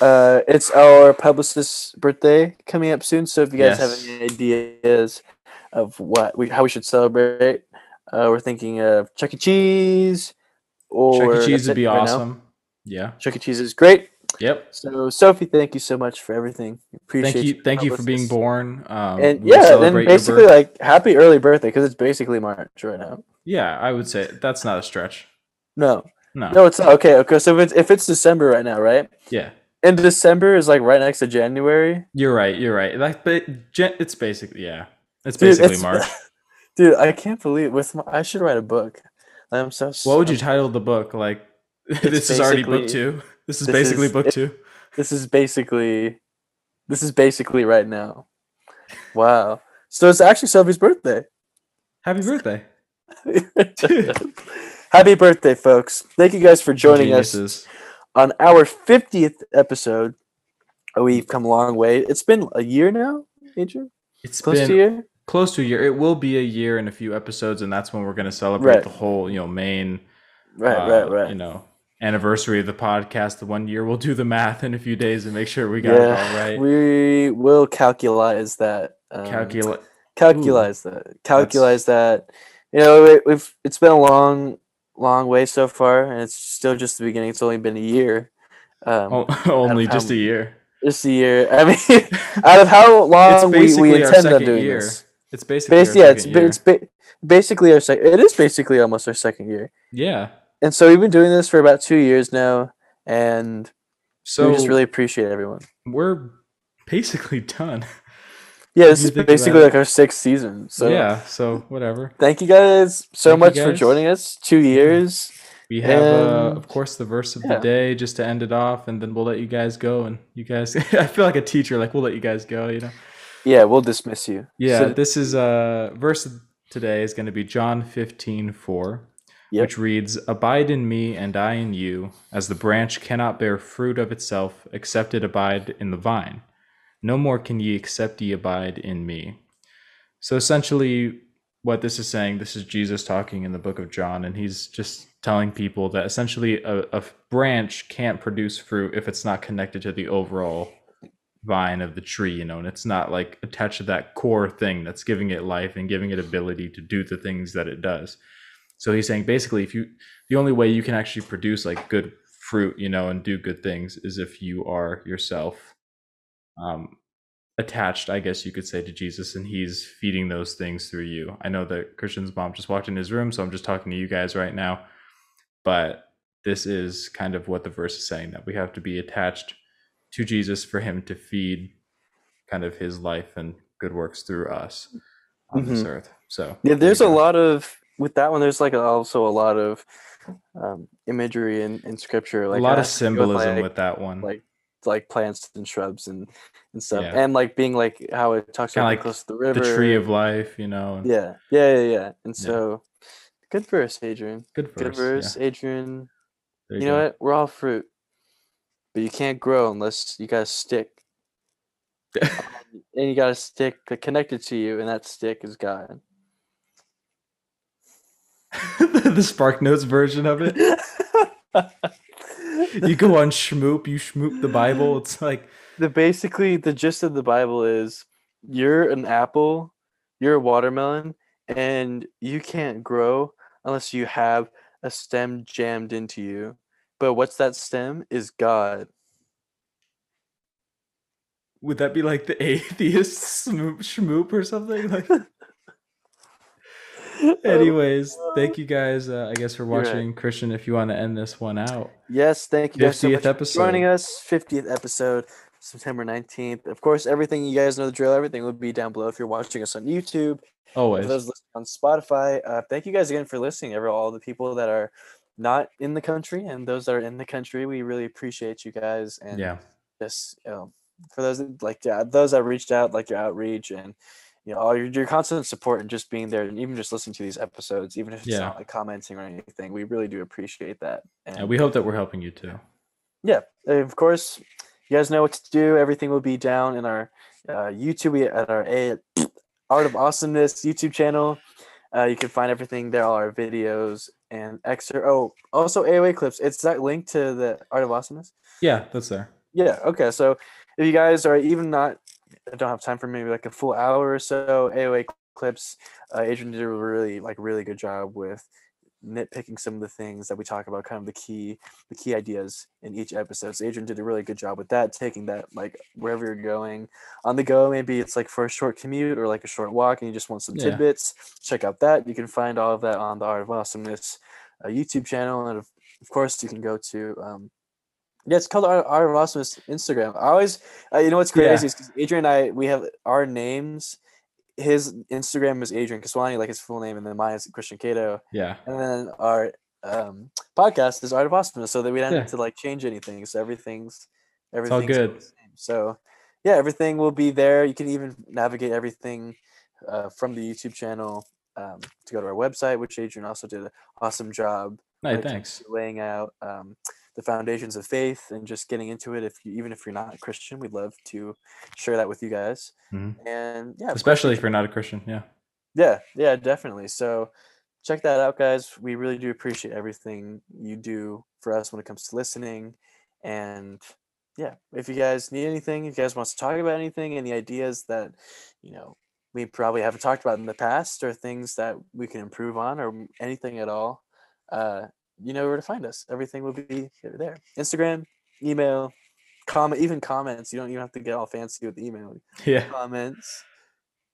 [SPEAKER 1] uh, it's our publicist's birthday coming up soon. So if you guys
[SPEAKER 2] Yes.
[SPEAKER 1] have any ideas of what we how we should celebrate, uh, we're thinking of Chuck E. Cheese. Or
[SPEAKER 2] Chuck E. Cheese
[SPEAKER 1] that's
[SPEAKER 2] would be
[SPEAKER 1] it right now.
[SPEAKER 2] awesome. Yeah.
[SPEAKER 1] Chuck E. Cheese is great.
[SPEAKER 2] Yep.
[SPEAKER 1] So Sophie, thank you so much for everything. We Appreciate
[SPEAKER 2] Thank you.
[SPEAKER 1] your
[SPEAKER 2] Thank you for being
[SPEAKER 1] publicist.
[SPEAKER 2] born. Um,
[SPEAKER 1] And
[SPEAKER 2] we
[SPEAKER 1] yeah, then
[SPEAKER 2] celebrate your
[SPEAKER 1] basically
[SPEAKER 2] birth-
[SPEAKER 1] like happy early birthday because it's basically March right now.
[SPEAKER 2] yeah, I would say that's not a stretch.
[SPEAKER 1] No,
[SPEAKER 2] No.
[SPEAKER 1] no, it's not. okay. Okay, so if it's if it's December right now, right?
[SPEAKER 2] Yeah.
[SPEAKER 1] And December is like right next to January.
[SPEAKER 2] You're right. You're right. Like, but gen- it's basically yeah. It's
[SPEAKER 1] Dude,
[SPEAKER 2] basically
[SPEAKER 1] it's-
[SPEAKER 2] March.
[SPEAKER 1] Dude, I can't believe with my, I should write a book. I'm so. s-
[SPEAKER 2] What would you title the book? Like, this is already book
[SPEAKER 1] basically-
[SPEAKER 2] two. This is
[SPEAKER 1] this
[SPEAKER 2] basically
[SPEAKER 1] is-
[SPEAKER 2] book
[SPEAKER 1] it-
[SPEAKER 2] two.
[SPEAKER 1] This is basically, this is basically right now. Wow. So it's actually Sophie's birthday.
[SPEAKER 2] Happy birthday,
[SPEAKER 1] Happy birthday, folks! Thank you guys for joining us
[SPEAKER 2] geniuses.
[SPEAKER 1] on our 50th episode. Oh, We've come a long way. It's been a year now, Adrian.
[SPEAKER 2] It's
[SPEAKER 1] Close
[SPEAKER 2] been
[SPEAKER 1] to a year.
[SPEAKER 2] close to a year. It will be a year and a few episodes, and that's when we're going to celebrate
[SPEAKER 1] Right.
[SPEAKER 2] the whole, you know, main,
[SPEAKER 1] Right,
[SPEAKER 2] uh,
[SPEAKER 1] right, right.
[SPEAKER 2] you know, anniversary of the podcast. The one year we'll do the math in a few days and make sure we got it all right.
[SPEAKER 1] We will calculate that. Um,
[SPEAKER 2] Calculate.
[SPEAKER 1] calculate that. Calculate that. You know, it, we've it's been a long, long way so far, and it's still just the beginning. It's only been a year. Um,
[SPEAKER 2] Oh. only
[SPEAKER 1] how-
[SPEAKER 2] just a year.
[SPEAKER 1] Just a year. I mean, out of how long we, we
[SPEAKER 2] basically our
[SPEAKER 1] intend on
[SPEAKER 2] second
[SPEAKER 1] doing
[SPEAKER 2] year.
[SPEAKER 1] this?
[SPEAKER 2] It's basically our
[SPEAKER 1] Bas- yeah, it's,
[SPEAKER 2] second
[SPEAKER 1] ba-
[SPEAKER 2] year.
[SPEAKER 1] it's ba- basically our second. It is basically almost our second year,
[SPEAKER 2] yeah.
[SPEAKER 1] and so we've been doing this for about two years now, and
[SPEAKER 2] So
[SPEAKER 1] we just really appreciate everyone.
[SPEAKER 2] we're basically done.
[SPEAKER 1] Yeah, this
[SPEAKER 2] you
[SPEAKER 1] is
[SPEAKER 2] think about
[SPEAKER 1] basically
[SPEAKER 2] it-
[SPEAKER 1] like our sixth season. So
[SPEAKER 2] yeah, so whatever.
[SPEAKER 1] thank you guys so
[SPEAKER 2] Thank you
[SPEAKER 1] much for
[SPEAKER 2] guys.
[SPEAKER 1] joining us. Two years.
[SPEAKER 2] We have, uh,
[SPEAKER 1] And-
[SPEAKER 2] of course, the verse of
[SPEAKER 1] yeah.
[SPEAKER 2] the day just to end it off, and then we'll let you guys go. And you guys, I feel like a teacher, like we'll let you guys go. You know.
[SPEAKER 1] Yeah, we'll dismiss you.
[SPEAKER 2] Yeah.
[SPEAKER 1] So-
[SPEAKER 2] this is uh verse of today is going to be John fifteen four,
[SPEAKER 1] Yep.
[SPEAKER 2] which reads, "Abide in me, and I in you, as the branch cannot bear fruit of itself except it abide in the vine. No more can ye except ye abide in me." So essentially, what this is saying, this is Jesus talking in the book of John, and he's just telling people that essentially a, a branch can't produce fruit if it's not connected to the overall vine of the tree, you know, and it's not like attached to that core thing that's giving it life and giving it ability to do the things that it does. So he's saying basically, if you, the only way you can actually produce like good fruit, you know, and do good things is if you are yourself um, attached, I guess you could say, to Jesus, and he's feeding those things through you. I know that Christian's mom just walked in his room, so I'm just talking to you guys right now. But this is kind of what the verse is saying that we have to be attached to Jesus for him to feed kind of his life and good works through us on this
[SPEAKER 1] Mhm.
[SPEAKER 2] earth. So,
[SPEAKER 1] Yeah,
[SPEAKER 2] there
[SPEAKER 1] there's
[SPEAKER 2] you
[SPEAKER 1] a
[SPEAKER 2] go.
[SPEAKER 1] lot of with that one. There's like also a lot of um, imagery in, in scripture, like
[SPEAKER 2] a lot
[SPEAKER 1] it
[SPEAKER 2] of
[SPEAKER 1] has to do with,
[SPEAKER 2] symbolism
[SPEAKER 1] like,
[SPEAKER 2] with that one.
[SPEAKER 1] like like plants and shrubs and and stuff,
[SPEAKER 2] Yeah.
[SPEAKER 1] and like being like how it talks
[SPEAKER 2] Kinda
[SPEAKER 1] about
[SPEAKER 2] like
[SPEAKER 1] being close to the
[SPEAKER 2] the
[SPEAKER 1] river,
[SPEAKER 2] tree of life, you know. and
[SPEAKER 1] yeah, yeah, yeah, yeah. And
[SPEAKER 2] Yeah.
[SPEAKER 1] so, good verse, Adrian.
[SPEAKER 2] Good verse.
[SPEAKER 1] Good
[SPEAKER 2] yeah,
[SPEAKER 1] verse, Adrian.
[SPEAKER 2] there
[SPEAKER 1] You know
[SPEAKER 2] go.
[SPEAKER 1] what? We're all fruit, but you can't grow unless you got a stick, and you got a stick that connected to you, and that stick is God.
[SPEAKER 2] the Spark Notes version of it. You go on Schmoop, you Schmoop the Bible. It's like,
[SPEAKER 1] the basically the gist of the Bible is you're an apple, you're a watermelon, and you can't grow unless you have a stem jammed into you. But what's that stem is God.
[SPEAKER 2] would that be like the atheist Schmoop, schmoop or something? Like, anyways, thank you guys. Uh, I guess for
[SPEAKER 1] Oh, right.
[SPEAKER 2] watching, Christian. If you want to end this one out,
[SPEAKER 1] Yes, thank you guys so
[SPEAKER 2] 50th
[SPEAKER 1] much for joining
[SPEAKER 2] episode.
[SPEAKER 1] us. 50th episode, September 19th. Of course, everything you guys know the drill, everything will be down below if you're watching us on YouTube. For
[SPEAKER 2] always.
[SPEAKER 1] those listening on Spotify, uh, thank you guys again for listening. Ever all the people that are not in the country and those that are in the country, we really appreciate you guys. And
[SPEAKER 2] Yeah,
[SPEAKER 1] just you know, for those that- like yeah, those that reached out, like your outreach and you know all your, your constant support and just being there and even just listening to these episodes, even if it's
[SPEAKER 2] Yeah.
[SPEAKER 1] not like commenting or anything, we really do appreciate that. And
[SPEAKER 2] and we hope that we're helping you too.
[SPEAKER 1] yeah, and of course, you guys know what to do. Everything will be down in our uh, YouTube we- at our A- Art of Awesomeness YouTube channel. Uh, you can find everything there, all our videos, and excerpt. Oh, also AOA clips. It's that link to the Art of Awesomeness.
[SPEAKER 2] Yeah, that's there.
[SPEAKER 1] Yeah. Okay. So if you guys are even not, don't have time for maybe like a full hour or so, AOA clips. Uh, Adrian did a really like really good job with nitpicking some of the things that we talk about, kind of the key the key ideas in each episode. So Adrian did a really good job with that, taking that like wherever you're going on the go. Maybe it's like for a short commute or like a short walk, and you just want some
[SPEAKER 2] Yeah.
[SPEAKER 1] tidbits. Check out that. You can find all of that on the Art of Awesomeness uh, YouTube channel, and of, of course you can go to. Um, yeah, it's called Art, Art of Awesomeness Instagram. I always, uh, you know what's
[SPEAKER 2] Yeah.
[SPEAKER 1] crazy is 'cause Adrian and I we have our names. His Instagram is Adrian Kaswani, like his full name, and then mine is Christian Cato.
[SPEAKER 2] Yeah.
[SPEAKER 1] And then our um, podcast is Art of Awesomeness, so that we don't
[SPEAKER 2] Yeah.
[SPEAKER 1] have to like change anything. So everything's
[SPEAKER 2] It's all
[SPEAKER 1] everything's
[SPEAKER 2] good.
[SPEAKER 1] so yeah, everything will be there. You can even navigate everything uh, from the YouTube channel um, to go to our website, which Adrian also did an awesome job
[SPEAKER 2] Hey,
[SPEAKER 1] like,
[SPEAKER 2] thanks.
[SPEAKER 1] laying out um, the foundations of faith and just getting into it. If you, even if you're not a Christian, we'd love to share that with you guys.
[SPEAKER 2] Mhm.
[SPEAKER 1] And yeah, of course,
[SPEAKER 2] Especially if you're not a Christian. Yeah.
[SPEAKER 1] yeah, yeah, definitely. So check that out, guys. We really do appreciate everything you do for us when it comes to listening. And yeah, if you guys need anything, if you guys want us to talk about anything, any ideas that, you know, we probably haven't talked about in the past or things that we can improve on or m- anything at all, uh, you know where to find us. Everything will be there. Instagram, email, comment, even comments. You don't even have to get all fancy with the email
[SPEAKER 2] Yeah.
[SPEAKER 1] comments.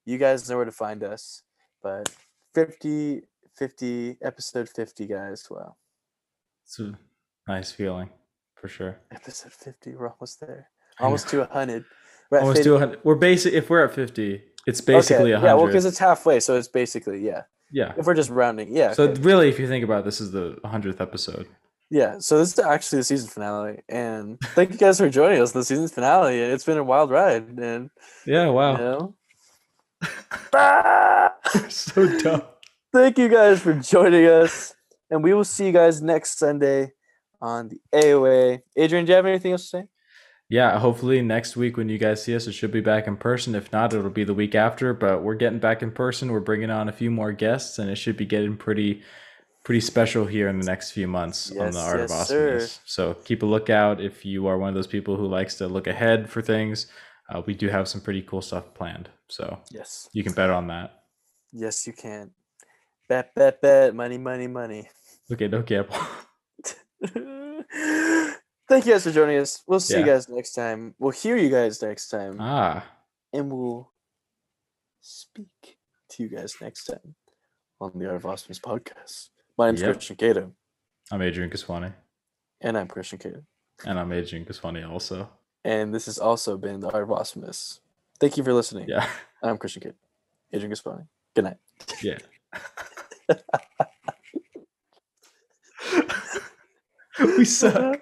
[SPEAKER 1] You guys know where to find us. But 50, 50, episode 50, guys. Wow.
[SPEAKER 2] It's a nice feeling for sure.
[SPEAKER 1] Episode 50. We're almost there.
[SPEAKER 2] I know.
[SPEAKER 1] Almost to 100. We're at
[SPEAKER 2] Almost
[SPEAKER 1] 50.
[SPEAKER 2] to 100. Oh, We're basic. If we're at 50, it's
[SPEAKER 1] Okay,
[SPEAKER 2] basically a 100.
[SPEAKER 1] Yeah, well, because it's halfway. So it's basically, yeah.
[SPEAKER 2] yeah.
[SPEAKER 1] If we're just rounding, yeah.
[SPEAKER 2] So
[SPEAKER 1] okay.
[SPEAKER 2] really, if you think about it, this is the 100th episode.
[SPEAKER 1] yeah. So this is actually the season finale. And thank you guys for joining us, in the season finale. It's been a wild ride. And,
[SPEAKER 2] Yeah.
[SPEAKER 1] you
[SPEAKER 2] Wow.
[SPEAKER 1] know. Ah!
[SPEAKER 2] so dumb.
[SPEAKER 1] thank you guys for joining us. And we will see you guys next Sunday on the AOA. Adrian, do you have anything else to say?
[SPEAKER 2] Yeah, hopefully next week when you guys see us, it should be back in person. If not, it'll be the week after. But we're getting back in person. We're bringing on a few more guests, and it should be getting pretty, pretty special here in the next few months on
[SPEAKER 1] Yes,
[SPEAKER 2] the Art of
[SPEAKER 1] yes, sir.
[SPEAKER 2] Awesomeness. So keep a lookout if you are one of those people who likes to look ahead for things. Uh, we do have some pretty cool stuff planned, so
[SPEAKER 1] Yes.
[SPEAKER 2] you can bet on that.
[SPEAKER 1] Yes, you can. Bet, bet, bet. Money, money, money.
[SPEAKER 2] Okay, okay, Apple.
[SPEAKER 1] thank you guys for joining us. We'll see you
[SPEAKER 2] Yeah.
[SPEAKER 1] guys next time. We'll hear you guys next time.
[SPEAKER 2] ah,
[SPEAKER 1] and we'll speak to you guys next time on the Art of Awesomeness podcast. My name's
[SPEAKER 2] Yep.
[SPEAKER 1] Christian Cato.
[SPEAKER 2] I'm Adrian Kaswani,
[SPEAKER 1] And I'm Christian Cato.
[SPEAKER 2] and I'm Adrian Kaswani also.
[SPEAKER 1] And this has also been the Art of Awesomeness. Thank you for listening.
[SPEAKER 2] Yeah,
[SPEAKER 1] I'm Christian Kidd. Adrian Gaspani. Good night.
[SPEAKER 2] yeah. we suck.